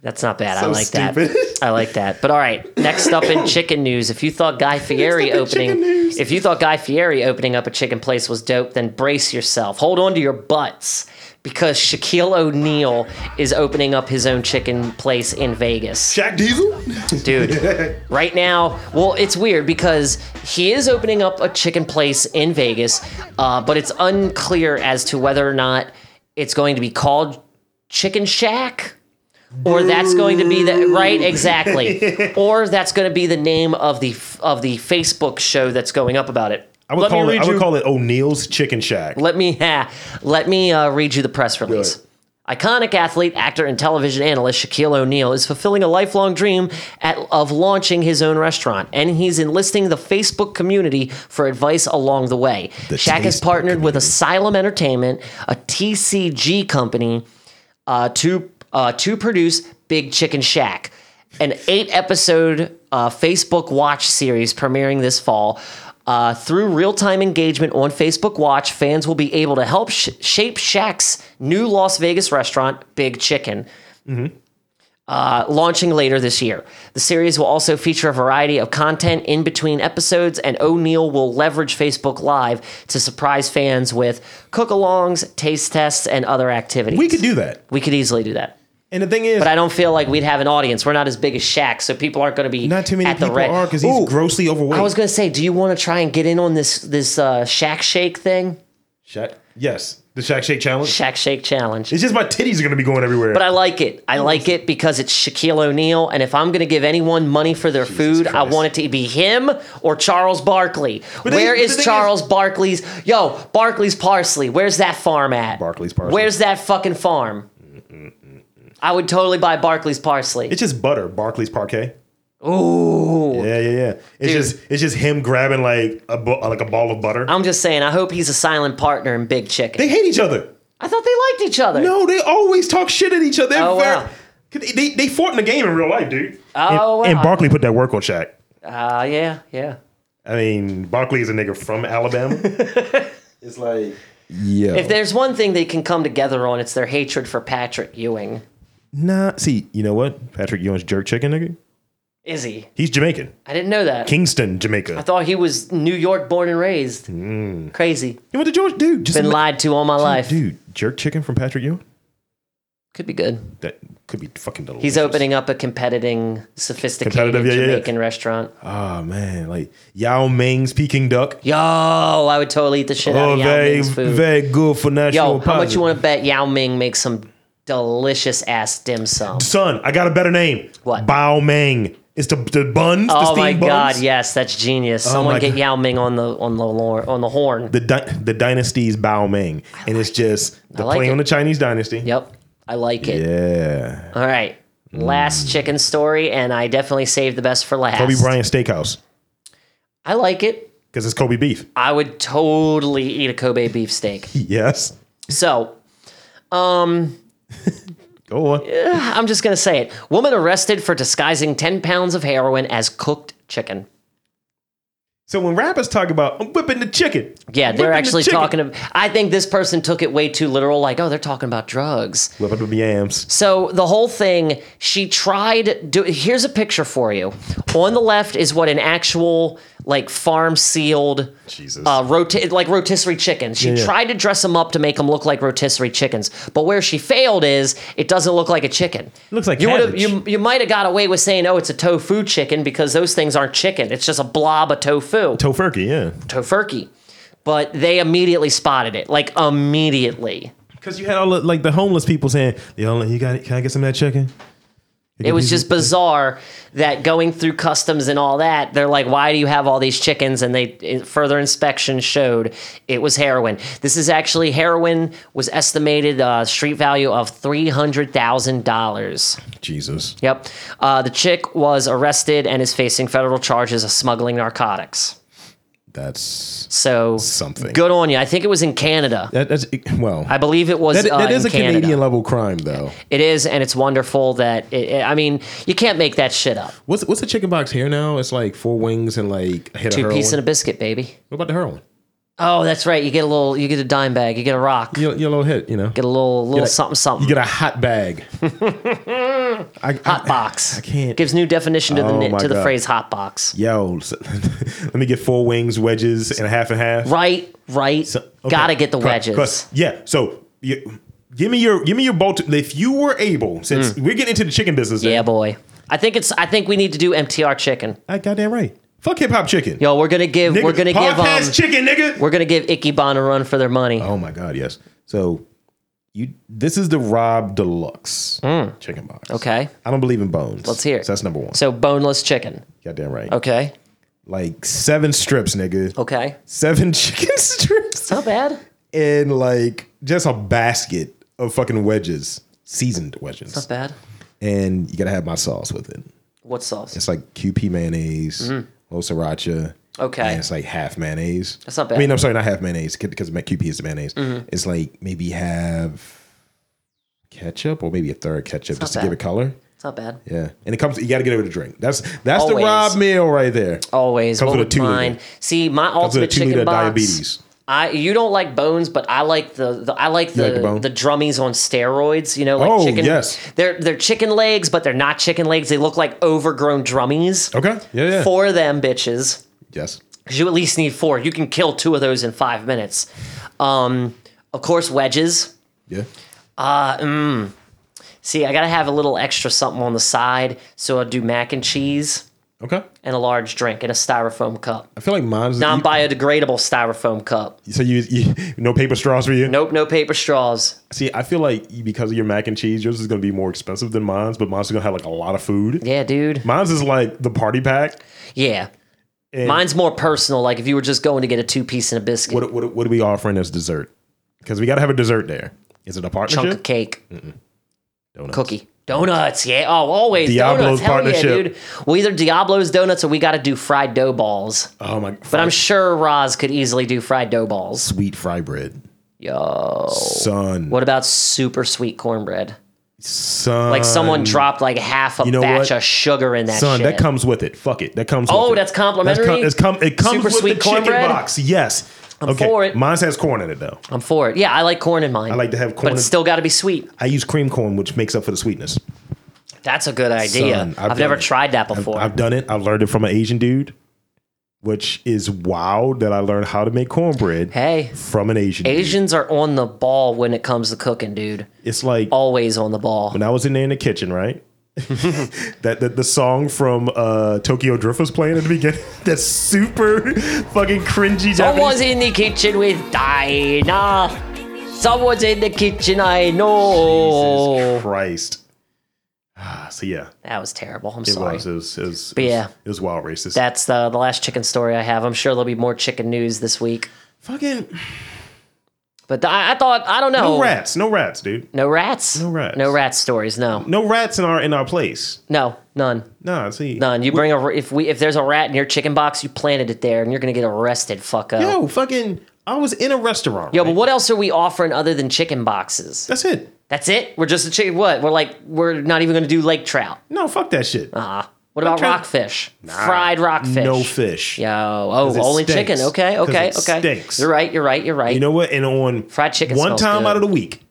[SPEAKER 2] That's not bad. I
[SPEAKER 1] So
[SPEAKER 2] like
[SPEAKER 1] stupid. *laughs*
[SPEAKER 2] that. I like that. But all right, next up in chicken news, if you thought Guy Fieri
[SPEAKER 1] Next up in
[SPEAKER 2] opening,
[SPEAKER 1] chicken news.
[SPEAKER 2] if you thought Guy Fieri opening up a chicken place was dope, then brace yourself. Hold on to your butts because Shaquille O'Neal is opening up his own chicken place in Vegas
[SPEAKER 1] Jack Diesel.
[SPEAKER 2] dude. right now, well, it's weird because he is opening up a chicken place in Vegas, uh, but it's unclear as to whether or not it's going to be called Chicken Shack. Or that's going to be the right exactly, or that's going to be the name of the of the Facebook show that's going up about it.
[SPEAKER 1] I would
[SPEAKER 2] Let me
[SPEAKER 1] call it.
[SPEAKER 2] read
[SPEAKER 1] I would
[SPEAKER 2] you-
[SPEAKER 1] call it O'Neill's Chicken Shack.
[SPEAKER 2] let me *laughs* yeah, let me uh, read you the press release.
[SPEAKER 1] it.
[SPEAKER 2] Iconic athlete, actor, and television analyst Shaquille O'Neal is fulfilling a lifelong dream at, of launching his own restaurant, and he's enlisting the Facebook community for advice along the way. Shaq has
[SPEAKER 1] Facebook
[SPEAKER 2] partnered with Asylum Entertainment, a TCG company, uh, to uh, to produce Big Chicken Shack, an eight episode uh, Facebook Watch series premiering this fall. Uh, through real time engagement on Facebook Watch, fans will be able to help sh- shape Shaq's new Las Vegas restaurant, Big Chicken launching later this year. The series will also feature a variety of content in between episodes, and O'Neill will leverage Facebook Live to surprise fans with cook alongs, taste tests, and other activities.
[SPEAKER 1] We could do that.
[SPEAKER 2] we could easily do that.
[SPEAKER 1] And the thing is,
[SPEAKER 2] But I don't feel like we'd have an audience. We're not as big as Shaq, so people aren't going to be
[SPEAKER 1] not too many
[SPEAKER 2] at the
[SPEAKER 1] people
[SPEAKER 2] red-
[SPEAKER 1] are because he's
[SPEAKER 2] Ooh,
[SPEAKER 1] grossly overweight.
[SPEAKER 2] I was going to say, do you want to try and get in on this this uh, Shaq Shake thing?
[SPEAKER 1] Shaq. Yes. The Shack Shake Challenge.
[SPEAKER 2] Shack Shake Challenge.
[SPEAKER 1] It's just my titties are gonna be going everywhere.
[SPEAKER 2] But I like it.
[SPEAKER 1] Mm-hmm.
[SPEAKER 2] I like it because it's Shaquille O'Neal, and if I'm going to give anyone money for their food, I
[SPEAKER 1] Christ.
[SPEAKER 2] want it to be him or Charles Barkley. Where
[SPEAKER 1] But
[SPEAKER 2] is
[SPEAKER 1] they- the thing is-
[SPEAKER 2] Charles Barkley's? Yo, Barkley's parsley. Where's that farm at?
[SPEAKER 4] Barkley's parsley.
[SPEAKER 2] Where's that fucking farm? I would totally buy Barkley's parsley.
[SPEAKER 1] it's just butter, Barclays parquet.
[SPEAKER 2] Ooh.
[SPEAKER 1] Yeah, yeah, yeah. It's just it's just him grabbing like a bu- like a ball of butter.
[SPEAKER 2] I'm just saying. I hope he's a silent partner in Big Chicken.
[SPEAKER 1] they hate each other.
[SPEAKER 2] I thought they liked each other.
[SPEAKER 1] No, they always talk shit at each other. They're
[SPEAKER 2] Oh,
[SPEAKER 1] very-
[SPEAKER 2] wow.
[SPEAKER 1] 'Cause They, they they fought in the game in real life, dude.
[SPEAKER 2] Oh,
[SPEAKER 1] and,
[SPEAKER 2] wow.
[SPEAKER 1] and Barkley put that work on Shaq.
[SPEAKER 2] Ah, yeah, yeah.
[SPEAKER 1] I mean, Barkley is a nigga from
[SPEAKER 2] *laughs*
[SPEAKER 1] Alabama.
[SPEAKER 4] It's like yeah.
[SPEAKER 2] If there's one thing they can come together on, it's their hatred for Patrick Ewing.
[SPEAKER 1] nah, see, you know what? Patrick Ewing's jerk chicken nigga.
[SPEAKER 2] Is he?
[SPEAKER 1] He's Jamaican,
[SPEAKER 2] I didn't know that.
[SPEAKER 1] Kingston, Jamaica.
[SPEAKER 2] I thought he was New York born and raised. Crazy.
[SPEAKER 1] he went Mm. to George, dude. Just
[SPEAKER 2] Been
[SPEAKER 1] ima-
[SPEAKER 2] lied to all my life.
[SPEAKER 1] dude, jerk chicken from Patrick Ewing.
[SPEAKER 2] Could be good.
[SPEAKER 1] That could be fucking delicious.
[SPEAKER 2] He's opening up a competing, sophisticated
[SPEAKER 1] Competitive, yeah, yeah, yeah.
[SPEAKER 2] Jamaican restaurant.
[SPEAKER 1] Oh man, like Yao Ming's Peking duck.
[SPEAKER 2] Yo, I would totally eat the shit out
[SPEAKER 1] Oh,
[SPEAKER 2] of Yao
[SPEAKER 1] very,
[SPEAKER 2] Ming's food.
[SPEAKER 1] very good for national.
[SPEAKER 2] Yo, how much you
[SPEAKER 1] positive.
[SPEAKER 2] want to bet Yao Ming makes some delicious ass dim sum?
[SPEAKER 1] Son, I got a better name.
[SPEAKER 2] What?
[SPEAKER 1] Bao Mang. It's the the buns. the
[SPEAKER 2] Oh
[SPEAKER 1] steamed
[SPEAKER 2] my god,
[SPEAKER 1] buns. Oh
[SPEAKER 2] yes, that's genius. Someone
[SPEAKER 1] my
[SPEAKER 2] get
[SPEAKER 1] God.
[SPEAKER 2] Yao Ming on the on the lor- on the horn.
[SPEAKER 1] The di- the dynasty's Bao Mang, and it's just the
[SPEAKER 2] like
[SPEAKER 1] play
[SPEAKER 2] it.
[SPEAKER 1] on the Chinese dynasty.
[SPEAKER 2] Yep. I like it.
[SPEAKER 1] Yeah, Mm.
[SPEAKER 2] All right. Last chicken story, and I definitely saved the best for last.
[SPEAKER 1] Kobe Bryant Steakhouse
[SPEAKER 2] I like it.
[SPEAKER 1] because it's Kobe beef. *laughs*
[SPEAKER 2] I would totally eat a Kobe beef steak.
[SPEAKER 1] Yes,
[SPEAKER 2] So um,
[SPEAKER 1] go on.
[SPEAKER 2] I'm just gonna say it. Woman arrested for disguising 10 pounds of heroin as cooked chicken.
[SPEAKER 1] So when rappers talk about I'm whipping the chicken,
[SPEAKER 2] Yeah,
[SPEAKER 1] I'm
[SPEAKER 2] they're
[SPEAKER 1] whipping the
[SPEAKER 2] actually
[SPEAKER 1] chicken,"
[SPEAKER 2] talking. Of, I think this person took it way too literal. Like, oh, they're talking about drugs.
[SPEAKER 1] whipping the yams.
[SPEAKER 2] So the whole thing, she tried. Do, here's a picture for you. On the left is what an actual like farm sealed,
[SPEAKER 1] Jesus.
[SPEAKER 2] uh, rota- like rotisserie chickens. She
[SPEAKER 1] yeah.
[SPEAKER 2] tried to dress them up to make them look like rotisserie chickens, but where she failed is it doesn't look like a chicken.
[SPEAKER 1] looks like
[SPEAKER 2] you would've-
[SPEAKER 1] cabbage.
[SPEAKER 2] you you might have got away with saying, oh, it's a tofu chicken because those things aren't chicken. It's just a blob of tofu
[SPEAKER 1] Tofurkey, yeah.
[SPEAKER 2] tofurkey. But they immediately spotted it, like immediately.
[SPEAKER 1] Because you had all the, like the homeless people saying, "Yo, you got? Can I get some of that chicken?"
[SPEAKER 2] It was just bizarre that going through customs and all that, they're like, why do you have all these chickens? And they i- further inspection showed it was heroin. This is actually heroin was estimated uh, street value of three hundred thousand dollars.
[SPEAKER 1] Jesus.
[SPEAKER 2] Yep, uh, the chick was arrested and is facing federal charges of smuggling narcotics.
[SPEAKER 1] That's
[SPEAKER 2] So
[SPEAKER 1] Something.
[SPEAKER 2] good on you. I think it was in Canada.
[SPEAKER 1] that, that's well.
[SPEAKER 2] I believe it was.
[SPEAKER 1] that,
[SPEAKER 2] uh,
[SPEAKER 1] that is
[SPEAKER 2] in
[SPEAKER 1] a
[SPEAKER 2] Canada.
[SPEAKER 1] Canadian level crime, though.
[SPEAKER 2] It is, and it's wonderful that it, it- I mean, you can't make that shit up.
[SPEAKER 1] What's what's the chicken box here now? It's like four wings and like a hit of
[SPEAKER 2] Two
[SPEAKER 1] heroin.
[SPEAKER 2] piece and a biscuit, baby.
[SPEAKER 1] what about the heroin?
[SPEAKER 2] Oh, that's right. You get a little, you get a dime bag, you get a rock,
[SPEAKER 1] You, you a little hit, you know.
[SPEAKER 2] get a little, little
[SPEAKER 1] a-
[SPEAKER 2] something, something.
[SPEAKER 1] you get a hot
[SPEAKER 2] *laughs*
[SPEAKER 1] bag. I,
[SPEAKER 2] hot box.
[SPEAKER 1] I can't-
[SPEAKER 2] Gives new definition to the
[SPEAKER 1] Oh
[SPEAKER 2] ni-
[SPEAKER 1] my
[SPEAKER 2] to the
[SPEAKER 1] God.
[SPEAKER 2] phrase hot box.
[SPEAKER 1] yo, so- *laughs* let me get four wings, wedges, and a half and half.
[SPEAKER 2] Right, right.
[SPEAKER 1] Okay.
[SPEAKER 2] Gotta get the
[SPEAKER 1] Cor-
[SPEAKER 2] wedges.
[SPEAKER 1] cor- yeah. So you, give me your give me your bolt. If you were able, since we're getting into the chicken business, now.
[SPEAKER 2] Mm. Yeah, boy. I think it's. I think we need to do MTR chicken.
[SPEAKER 1] I Ah, goddamn right. Fuck hip hop chicken.
[SPEAKER 2] Yo, we're gonna give.
[SPEAKER 1] nigga,
[SPEAKER 2] we're gonna give.
[SPEAKER 1] podcast
[SPEAKER 2] Um,
[SPEAKER 1] chicken, nigga.
[SPEAKER 2] we're gonna give Icky Bon a run for their money.
[SPEAKER 1] Oh my god, yes. So you this is the Rob Deluxe chicken box.
[SPEAKER 2] Mm. Okay.
[SPEAKER 1] I don't believe in bones.
[SPEAKER 2] Let's hear it.
[SPEAKER 1] So that's number one.
[SPEAKER 2] So boneless chicken.
[SPEAKER 1] Goddamn right.
[SPEAKER 2] Okay.
[SPEAKER 1] Like seven strips, nigga.
[SPEAKER 2] Okay.
[SPEAKER 1] Seven *laughs* chicken strips
[SPEAKER 2] Not bad.
[SPEAKER 1] and like just a basket of fucking wedges, seasoned wedges,
[SPEAKER 2] Not bad.
[SPEAKER 1] and you gotta have my sauce with it.
[SPEAKER 2] What sauce?
[SPEAKER 1] It's like QP mayonnaise, low sriracha.
[SPEAKER 2] Mm-hmm. Okay.
[SPEAKER 1] And it's like half mayonnaise.
[SPEAKER 2] That's not bad. Mm-hmm.
[SPEAKER 1] I mean, I'm sorry, not half mayonnaise because QP is the mayonnaise. It's like maybe have ketchup or maybe a third ketchup just to
[SPEAKER 2] not
[SPEAKER 1] give
[SPEAKER 2] bad.
[SPEAKER 1] it color.
[SPEAKER 2] It's not bad.
[SPEAKER 1] Yeah. And it comes, you got to get over the drink. That's that's
[SPEAKER 2] Always.
[SPEAKER 1] the Rob meal right there.
[SPEAKER 2] Always.
[SPEAKER 1] Comes
[SPEAKER 2] what
[SPEAKER 1] with a
[SPEAKER 2] would
[SPEAKER 1] two liter.
[SPEAKER 2] mine? See, my
[SPEAKER 1] with a
[SPEAKER 2] ultimate
[SPEAKER 1] two
[SPEAKER 2] chicken
[SPEAKER 1] liter
[SPEAKER 2] box.
[SPEAKER 1] diabetes.
[SPEAKER 2] I you don't like bones, but I like the, the I like the
[SPEAKER 1] like the bone?
[SPEAKER 2] the drummies on steroids. You know, like
[SPEAKER 1] Oh,
[SPEAKER 2] chicken.
[SPEAKER 1] yes.
[SPEAKER 2] They're they're chicken legs, but they're not chicken legs. They look like overgrown drummies.
[SPEAKER 1] Okay. Oh, Yeah. yeah.
[SPEAKER 2] Four of them bitches.
[SPEAKER 1] Yes.
[SPEAKER 2] 'Cause You at least need four. You can kill two of those in five minutes. Um, of course, wedges.
[SPEAKER 1] Yeah.
[SPEAKER 2] See, I gotta have a little extra something on the side, so I'll do mac and cheese.
[SPEAKER 1] Okay.
[SPEAKER 2] and a large drink in a styrofoam cup.
[SPEAKER 1] I feel like mine's
[SPEAKER 2] Non biodegradable styrofoam cup.
[SPEAKER 1] you- so you, you no paper straws for you.
[SPEAKER 2] Nope, no paper straws.
[SPEAKER 1] See, I feel like you- because of your mac and cheese, yours is going to be more expensive than mine's, but mine's going to have like a lot of food.
[SPEAKER 2] Yeah, dude.
[SPEAKER 1] Mine's is like the party pack.
[SPEAKER 2] Yeah.
[SPEAKER 1] And-
[SPEAKER 2] Mine's more personal, like if you were just going to get a two piece and a biscuit,
[SPEAKER 1] What what what are we offering as dessert? Because we got to have a dessert there. Is it a
[SPEAKER 2] chunk of
[SPEAKER 1] partnership?
[SPEAKER 2] cake,
[SPEAKER 1] Donuts.
[SPEAKER 2] cookie. Donuts, yeah. Oh, always
[SPEAKER 1] Diablo's
[SPEAKER 2] donuts. Hell yeah,
[SPEAKER 1] partnership.
[SPEAKER 2] dude. Well, either Diablo's donuts or we got to do fried dough balls.
[SPEAKER 1] Oh my!
[SPEAKER 2] But I'm sure Roz could easily do fried dough balls.
[SPEAKER 1] sweet fry bread.
[SPEAKER 2] Yo.
[SPEAKER 1] Son,
[SPEAKER 2] Oh. What about super sweet cornbread?
[SPEAKER 1] son,
[SPEAKER 2] Like someone dropped like half a
[SPEAKER 1] Um, you know
[SPEAKER 2] batch
[SPEAKER 1] what?
[SPEAKER 2] of sugar in that
[SPEAKER 1] son,
[SPEAKER 2] shit.
[SPEAKER 1] that comes with it. Fuck it, that comes.
[SPEAKER 2] Oh,
[SPEAKER 1] with it.
[SPEAKER 2] that's complimentary?
[SPEAKER 1] com- it's com- it comes
[SPEAKER 2] Super
[SPEAKER 1] with
[SPEAKER 2] sweet
[SPEAKER 1] the chicken
[SPEAKER 2] cornbread?
[SPEAKER 1] box. Yes. I'm
[SPEAKER 2] for it.
[SPEAKER 1] Mine has corn in it though.
[SPEAKER 2] I'm for it. Yeah, I like corn in mine. I
[SPEAKER 1] like to have corn
[SPEAKER 2] But it's
[SPEAKER 1] in-
[SPEAKER 2] still got to be sweet.
[SPEAKER 1] I use cream corn, which makes up for the sweetness.
[SPEAKER 2] That's a good idea.
[SPEAKER 1] Son,
[SPEAKER 2] I've,
[SPEAKER 1] I've
[SPEAKER 2] never
[SPEAKER 1] done it.
[SPEAKER 2] tried that before.
[SPEAKER 1] I've done it. I've learned it from an Asian dude, which is wild that I learned how to make cornbread
[SPEAKER 2] hey,
[SPEAKER 1] from an Asian. dude.
[SPEAKER 2] Asians are on the ball when it comes to cooking, dude.
[SPEAKER 1] It's like
[SPEAKER 2] Always on the ball.
[SPEAKER 1] when I was in there in the kitchen,
[SPEAKER 2] *laughs*
[SPEAKER 1] right? that, that the song from uh, Tokyo Drift was playing at the beginning. *laughs* That's super fucking cringy. Japanese-
[SPEAKER 2] Someone's in the kitchen with Dinah. Someone's in the kitchen, I know.
[SPEAKER 1] Jesus Christ. Ah, So yeah,
[SPEAKER 2] That was terrible. I'm
[SPEAKER 1] it
[SPEAKER 2] sorry.
[SPEAKER 1] was. It was. It was,
[SPEAKER 2] But
[SPEAKER 1] it was-
[SPEAKER 2] yeah.
[SPEAKER 1] it was wild racist.
[SPEAKER 2] That's the, the last chicken story I have. I'm sure there'll be more chicken news this week.
[SPEAKER 1] fucking
[SPEAKER 2] But I, I thought, I don't know.
[SPEAKER 1] no rats. No rats, dude.
[SPEAKER 2] No rats? No
[SPEAKER 1] rats.
[SPEAKER 2] No rat stories. No.
[SPEAKER 1] No rats in our in our place.
[SPEAKER 2] No, none.
[SPEAKER 1] Nah, see.
[SPEAKER 2] None. You bring a if we if there's a rat in your chicken box, you planted it there, and you're gonna get arrested. Fuck up.
[SPEAKER 1] Yo, fucking. I was in a restaurant.
[SPEAKER 2] Yo,
[SPEAKER 1] right?
[SPEAKER 2] but what else are we offering other than chicken boxes?
[SPEAKER 1] That's it.
[SPEAKER 2] That's it. We're just a chicken. What? We're like we're not even gonna do lake trout.
[SPEAKER 1] No, fuck that shit.
[SPEAKER 2] Ah, what about
[SPEAKER 1] trout-
[SPEAKER 2] rockfish? Fried rockfish.
[SPEAKER 1] No fish.
[SPEAKER 2] Yo. Oh,
[SPEAKER 1] it
[SPEAKER 2] only
[SPEAKER 1] stinks.
[SPEAKER 2] chicken. Okay.
[SPEAKER 1] 'Cause
[SPEAKER 2] Okay.
[SPEAKER 1] it
[SPEAKER 2] Okay.
[SPEAKER 1] stinks.
[SPEAKER 2] You're right. You're right. You're right.
[SPEAKER 1] You know what? And on
[SPEAKER 2] Fried chicken
[SPEAKER 1] one
[SPEAKER 2] smells
[SPEAKER 1] time
[SPEAKER 2] good.
[SPEAKER 1] out of the week,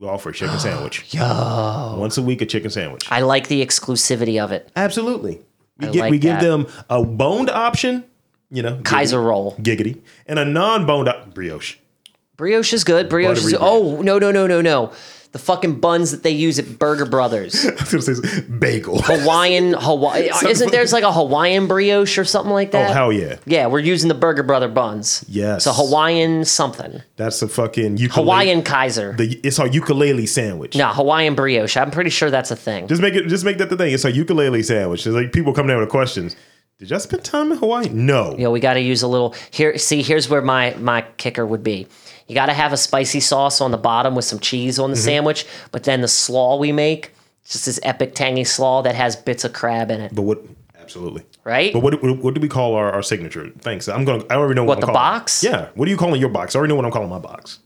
[SPEAKER 1] we offer a
[SPEAKER 2] *gasps*
[SPEAKER 1] chicken sandwich. Yo, once a week a chicken sandwich.
[SPEAKER 2] I like the exclusivity of it.
[SPEAKER 1] Absolutely, we
[SPEAKER 2] I
[SPEAKER 1] give
[SPEAKER 2] like
[SPEAKER 1] we give
[SPEAKER 2] that.
[SPEAKER 1] them a boned option. You know, giggity-
[SPEAKER 2] Kaiser roll.
[SPEAKER 1] giggity, and a non-boned op- brioche. *laughs*
[SPEAKER 2] Brioche is good. Brioche is
[SPEAKER 1] Buttery
[SPEAKER 2] oh no no no no no. The fucking buns that they use at
[SPEAKER 1] *laughs*
[SPEAKER 2] Burger Brothers.
[SPEAKER 1] I was gonna say bagel.
[SPEAKER 2] Hawaiian Hawaii isn't there's like a Hawaiian brioche or something like that?
[SPEAKER 1] Oh hell yeah!
[SPEAKER 2] Yeah, we're using the Burger Brother buns.
[SPEAKER 1] Yes.
[SPEAKER 2] So Hawaiian something.
[SPEAKER 1] That's a fucking ukulele.
[SPEAKER 2] Hawaiian Kaiser.
[SPEAKER 1] The, it's our ukulele sandwich.
[SPEAKER 2] no, Hawaiian brioche. I'm pretty sure that's a thing.
[SPEAKER 1] Just make it. Just make that the thing. It's a ukulele sandwich. It's like people come down with questions. Did y'all spend time in Hawaii? No.
[SPEAKER 2] You know, we got to use a little here. See, here's where my my kicker would be. You got to have a spicy sauce on the bottom with some cheese on the
[SPEAKER 1] Mm-hmm.
[SPEAKER 2] sandwich, but then the slaw we make, it's just this epic tangy slaw that has bits of crab in it,
[SPEAKER 1] But what? Absolutely.
[SPEAKER 2] right?
[SPEAKER 1] But what, what, what do we call our, our signature? Thanks. I'm going. to I already know what,
[SPEAKER 2] What, the
[SPEAKER 1] I'm calling it.
[SPEAKER 2] box?
[SPEAKER 1] Yeah. What are you calling your box? I already know what I'm calling my box.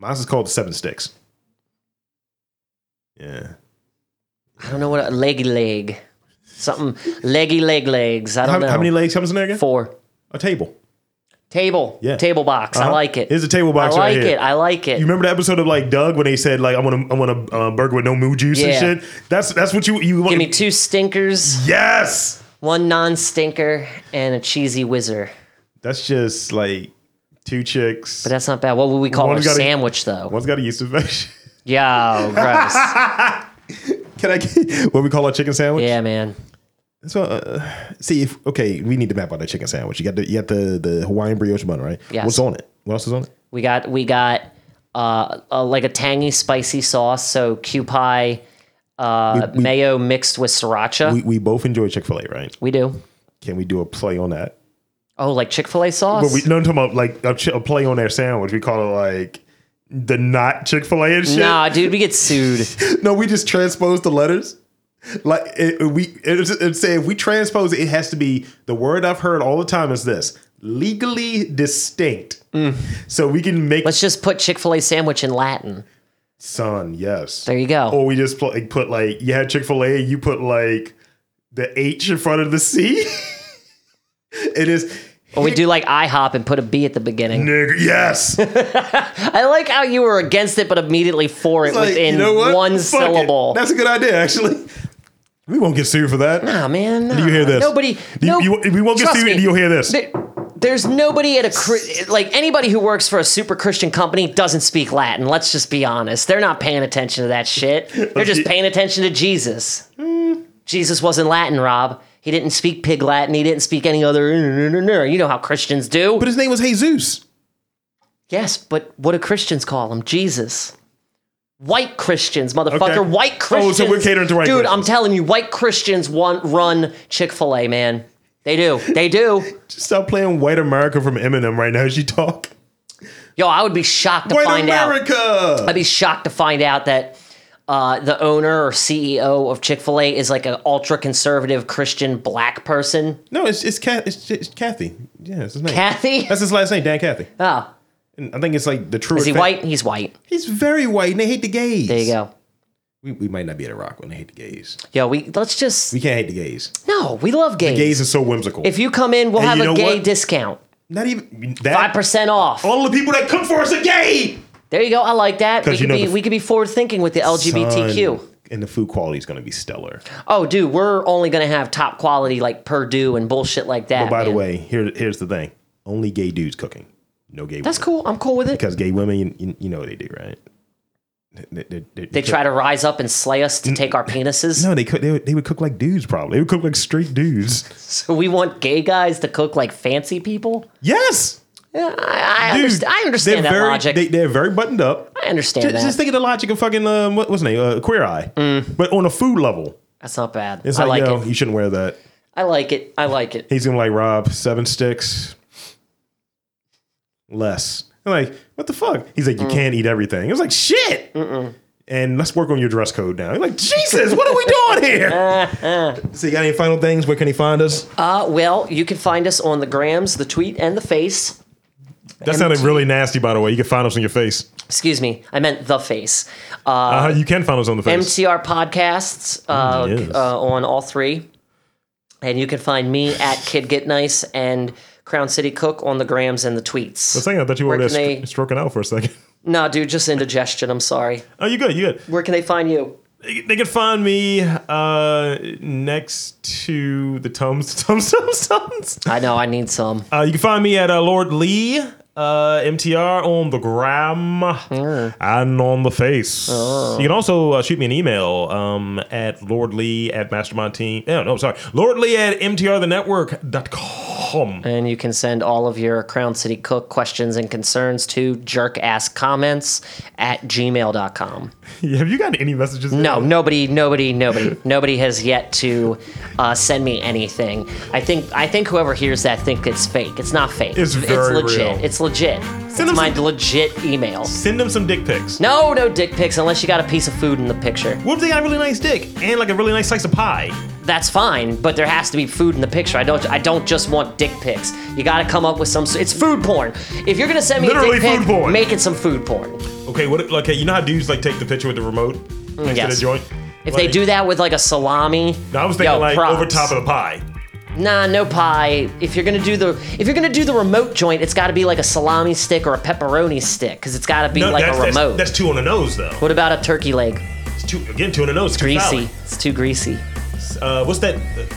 [SPEAKER 1] Mine's is called the Seven Sticks. Yeah.
[SPEAKER 2] I don't know what leggy leg, something leggy leg legs. I don't
[SPEAKER 1] How,
[SPEAKER 2] know.
[SPEAKER 1] how many legs comes in there again?
[SPEAKER 2] Four.
[SPEAKER 1] A table.
[SPEAKER 2] Table.
[SPEAKER 1] Yeah.
[SPEAKER 2] Table box. I
[SPEAKER 1] Uh-huh.
[SPEAKER 2] like it.
[SPEAKER 1] Here's a table
[SPEAKER 2] I
[SPEAKER 1] box right
[SPEAKER 2] like
[SPEAKER 1] here.
[SPEAKER 2] it. I like it.
[SPEAKER 1] You remember the episode of like Doug when they said like I want a, I want a uh, burger with no moo juice
[SPEAKER 2] Yeah.
[SPEAKER 1] and shit. That's that's what you you want.
[SPEAKER 2] Give me two stinkers,
[SPEAKER 1] yes.
[SPEAKER 2] one non stinker, and a cheesy whizzer.
[SPEAKER 1] That's just like two chicks.
[SPEAKER 2] But that's not bad. What would we call
[SPEAKER 1] One's
[SPEAKER 2] our
[SPEAKER 1] gotta-
[SPEAKER 2] sandwich, though?
[SPEAKER 1] One's got a yeast infection. *laughs*
[SPEAKER 2] Yo, gross.
[SPEAKER 1] Can I get what we call a chicken sandwich?
[SPEAKER 2] yeah, man.
[SPEAKER 1] So, uh, see if okay, we need to map out that chicken sandwich. You got the you got the the Hawaiian brioche bun, right?
[SPEAKER 2] Yes.
[SPEAKER 1] What's on it? What else is on it?
[SPEAKER 2] We got we got uh, uh like a tangy spicy sauce. So Q pie, uh,
[SPEAKER 1] We- we-
[SPEAKER 2] mayo mixed with sriracha.
[SPEAKER 1] We,
[SPEAKER 2] We,
[SPEAKER 1] we both enjoy Chick Fil A, right?
[SPEAKER 2] do.
[SPEAKER 1] Can we do a play on that?
[SPEAKER 2] Oh, like Chick Fil A sauce.
[SPEAKER 1] But we no I'm talking about like a, chi- a play on their sandwich. We call it like the not Chick Fil A and shit.
[SPEAKER 2] *laughs* Nah, dude, we get sued.
[SPEAKER 1] *laughs* No, we just transpose the letters. Like it, it- we it, it say if we transpose it, it has to be the word I've heard all the time is this legally distinct. So we can make
[SPEAKER 2] Mm. Let's just put Chick Fil A sandwich in Latin.
[SPEAKER 1] son yes.
[SPEAKER 2] There you go.
[SPEAKER 1] Or we just pl- like, put like you had Chick Fil A, you put like the H in front of the C. *laughs* it is
[SPEAKER 2] Or we do like IHOP and put a B at the beginning.
[SPEAKER 1] nigga. Yes, *laughs*
[SPEAKER 2] I like how you were against it, but immediately for it
[SPEAKER 1] Like,
[SPEAKER 2] within
[SPEAKER 1] you know what?
[SPEAKER 2] one
[SPEAKER 1] Fuck it.
[SPEAKER 2] syllable.
[SPEAKER 1] That's a good idea, actually. *laughs* We won't get sued for that.
[SPEAKER 2] Nah, man.
[SPEAKER 1] Do you hear
[SPEAKER 2] nah.
[SPEAKER 1] this?
[SPEAKER 2] Nobody.
[SPEAKER 1] Do
[SPEAKER 2] no,
[SPEAKER 1] you, you- we won't get
[SPEAKER 2] trust
[SPEAKER 1] sued.
[SPEAKER 2] me.
[SPEAKER 1] and You'll hear this.
[SPEAKER 2] There- there's nobody at a Chri- like anybody who works for a super Christian company doesn't speak Latin. Let's just be honest. They're not paying attention to that shit. They're just
[SPEAKER 1] get-
[SPEAKER 2] paying attention to Jesus. Jesus wasn't Latin, Rob. He didn't speak pig Latin. He didn't speak any other. You know how Christians do.
[SPEAKER 1] But his name was Jesus.
[SPEAKER 2] Yes, but what do Christians call him? Jesus. White Christians, motherfucker.
[SPEAKER 1] Okay.
[SPEAKER 2] White
[SPEAKER 1] Oh,
[SPEAKER 2] Christians.
[SPEAKER 1] so we're catering to white
[SPEAKER 2] Dude, I'm
[SPEAKER 1] Christians.
[SPEAKER 2] telling you, white Christians want run Chick fil A, man. They do. They do.
[SPEAKER 1] Just stop playing White America from Eminem right now as you talk.
[SPEAKER 2] Yo, I would be shocked to
[SPEAKER 1] White
[SPEAKER 2] find out.
[SPEAKER 1] America!
[SPEAKER 2] I'd be shocked to find out that uh, the owner or CEO of Chick Fil A is like an ultra conservative Christian black person.
[SPEAKER 1] No, it's it's, Cat, it's it's Kathy. Yeah, that's his name.
[SPEAKER 2] Kathy.
[SPEAKER 1] *laughs* That's his last name, Dan Kathy.
[SPEAKER 2] Oh,
[SPEAKER 1] And I think it's like the true.
[SPEAKER 2] is he white? He's white.
[SPEAKER 1] He's very white, and they hate the gays.
[SPEAKER 2] There you go.
[SPEAKER 1] We, we might not be at a rock when they hate the gays.
[SPEAKER 2] Yo, we let's just
[SPEAKER 1] We can't hate the gays.
[SPEAKER 2] no. We love gays.
[SPEAKER 1] Gays are so whimsical.
[SPEAKER 2] If you come in, we'll
[SPEAKER 1] And
[SPEAKER 2] have
[SPEAKER 1] you
[SPEAKER 2] a
[SPEAKER 1] know
[SPEAKER 2] gay
[SPEAKER 1] what?
[SPEAKER 2] discount.
[SPEAKER 1] not even
[SPEAKER 2] Five
[SPEAKER 1] that.
[SPEAKER 2] percent off.
[SPEAKER 1] all the people that come for us are gay.
[SPEAKER 2] There you go. I like that. We
[SPEAKER 1] 'Cause you
[SPEAKER 2] could
[SPEAKER 1] know
[SPEAKER 2] be
[SPEAKER 1] the-
[SPEAKER 2] we could be forward thinking with the LGBTQ.
[SPEAKER 1] Son, and the food quality is going to be stellar.
[SPEAKER 2] Oh, dude, we're only gonna have top quality like Purdue and bullshit like that.
[SPEAKER 1] But Oh, by the
[SPEAKER 2] man.
[SPEAKER 1] way, here here's the thing: only gay dudes cooking. No gay.
[SPEAKER 2] that's cool. I'm cool with it.
[SPEAKER 1] because gay women, you, you, you know what they do, right? They, they, they-
[SPEAKER 2] They try to rise up and slay us to take our penises.
[SPEAKER 1] No, they cook. They would, they would cook like dudes. Probably they would cook like straight dudes.
[SPEAKER 2] So we want gay guys to cook like fancy people.
[SPEAKER 1] Yes,
[SPEAKER 2] Yeah, I, I,
[SPEAKER 1] Dude,
[SPEAKER 2] underst- I understand that
[SPEAKER 1] they're very,
[SPEAKER 2] logic.
[SPEAKER 1] They, they're very buttoned up.
[SPEAKER 2] I understand
[SPEAKER 1] Just,
[SPEAKER 2] that.
[SPEAKER 1] just think of the logic of fucking um, what, what's his name, uh, Queer Eye, but on a food level.
[SPEAKER 2] That's not bad.
[SPEAKER 1] It's
[SPEAKER 2] I
[SPEAKER 1] like,
[SPEAKER 2] like
[SPEAKER 1] yo,
[SPEAKER 2] it.
[SPEAKER 1] you shouldn't wear that.
[SPEAKER 2] I like it. I like it.
[SPEAKER 1] He's gonna like Rob seven sticks less. I'm like, what the fuck? He's
[SPEAKER 2] Mm.
[SPEAKER 1] like, you can't eat everything. I was like, shit. And let's work on your dress code now. I'm like, Jesus, what are we doing
[SPEAKER 2] *laughs*
[SPEAKER 1] here? so you got any final things? Where can he find us?
[SPEAKER 2] Uh, well, you can find us on the grams, the tweet, and the face.
[SPEAKER 1] That sounded really nasty, by the way. You can find us on your face.
[SPEAKER 2] Excuse me. I meant the face. Uh,
[SPEAKER 1] Uh, you can find us on the face.
[SPEAKER 2] MTR podcasts uh,
[SPEAKER 1] Mm, yes.
[SPEAKER 2] uh, on all three. And you can find me at Kid Get Nice and Crown City Cook on the grams and the tweets.
[SPEAKER 1] I was thinking, I thought you were
[SPEAKER 2] Where
[SPEAKER 1] there
[SPEAKER 2] can
[SPEAKER 1] stro-
[SPEAKER 2] they-
[SPEAKER 1] stroking out for a second. *laughs*
[SPEAKER 2] Nah, dude, just indigestion. I'm sorry.
[SPEAKER 1] Oh, you good? You good?
[SPEAKER 2] Where can they find you?
[SPEAKER 1] They- They can find me uh, next to the Tums, *laughs* Tums, Tums, Tums.
[SPEAKER 2] I know. I need some.
[SPEAKER 1] Uh, you can find me at uh, Lord Lee uh, MTR on the gram and on the face.
[SPEAKER 2] Oh.
[SPEAKER 1] You can also uh, shoot me an email um, at Lord Lee at Mastermind Team. No, no, sorry, Lord Lee at MTRthenetwork.com.
[SPEAKER 2] And you can send all of your Crown City Cook questions and concerns to jerkasscomments at gmail.com.
[SPEAKER 1] *laughs* Have you gotten any messages?
[SPEAKER 2] No, nobody, nobody, nobody, nobody has yet to uh, send me anything. I think I think whoever hears that think it's fake. It's not fake.
[SPEAKER 1] It's very
[SPEAKER 2] legit.
[SPEAKER 1] real.
[SPEAKER 2] It's legit.
[SPEAKER 1] Send
[SPEAKER 2] it's
[SPEAKER 1] them
[SPEAKER 2] my
[SPEAKER 1] some-
[SPEAKER 2] legit email.
[SPEAKER 1] Send them some dick pics.
[SPEAKER 2] No, no dick pics unless you got a piece of food in the picture.
[SPEAKER 1] What if they got a really nice dick and like a really nice slice of pie?
[SPEAKER 2] That's fine, but there has to be food in the picture. I don't I don't just want dick pics. You got to come up with some s- it's food porn. If you're going to send me
[SPEAKER 1] Literally
[SPEAKER 2] a dick
[SPEAKER 1] food
[SPEAKER 2] pic,
[SPEAKER 1] porn.
[SPEAKER 2] make it some food porn.
[SPEAKER 1] Okay, what? If, okay, you know how dudes like take the picture with the remote next to
[SPEAKER 2] Mm, yes.
[SPEAKER 1] the joint.
[SPEAKER 2] If they do that with like a salami,
[SPEAKER 1] I was thinking
[SPEAKER 2] yo,
[SPEAKER 1] like
[SPEAKER 2] props.
[SPEAKER 1] over top of the pie.
[SPEAKER 2] Nah, no pie. If you're gonna do the if you're gonna do the remote joint, it's got to be like a salami stick or a pepperoni stick, cause it's got to be like
[SPEAKER 1] that's,
[SPEAKER 2] a
[SPEAKER 1] that's-
[SPEAKER 2] remote.
[SPEAKER 1] That's, two on the nose though.
[SPEAKER 2] what about a turkey leg?
[SPEAKER 1] It's two again, two on the nose. It's
[SPEAKER 2] Greasy.
[SPEAKER 1] valid.
[SPEAKER 2] It's too greasy.
[SPEAKER 1] Uh, what's that?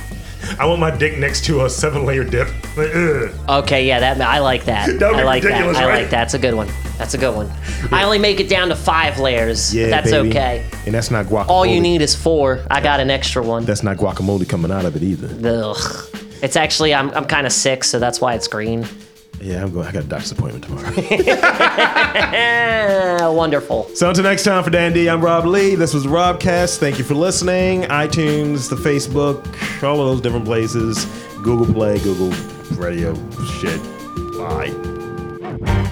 [SPEAKER 1] *laughs* I want my dick next to a seven-layer dip. *laughs* Like, ugh.
[SPEAKER 2] Okay, yeah, that I like that.
[SPEAKER 1] That would
[SPEAKER 2] I
[SPEAKER 1] be
[SPEAKER 2] like that.
[SPEAKER 1] ridiculous,
[SPEAKER 2] I
[SPEAKER 1] right?
[SPEAKER 2] like that. It's a good one. That's a good one. I only make it down to five layers. but that's okay.
[SPEAKER 1] And that's not guacamole.
[SPEAKER 2] All you need is four. I got an extra one.
[SPEAKER 1] That's not guacamole coming out of it either.
[SPEAKER 2] Ugh. It's actually I'm I'm kind of sick, so that's why it's green.
[SPEAKER 1] Yeah, I'm going. I got a doctor's appointment tomorrow.
[SPEAKER 2] Ah, wonderful.
[SPEAKER 1] *laughs* so until next time for Dandy, I'm Rob Lee. This was Robcast. Thank you for listening. iTunes, the Facebook, all of those different places. Google Play, Google Radio, shit. Bye.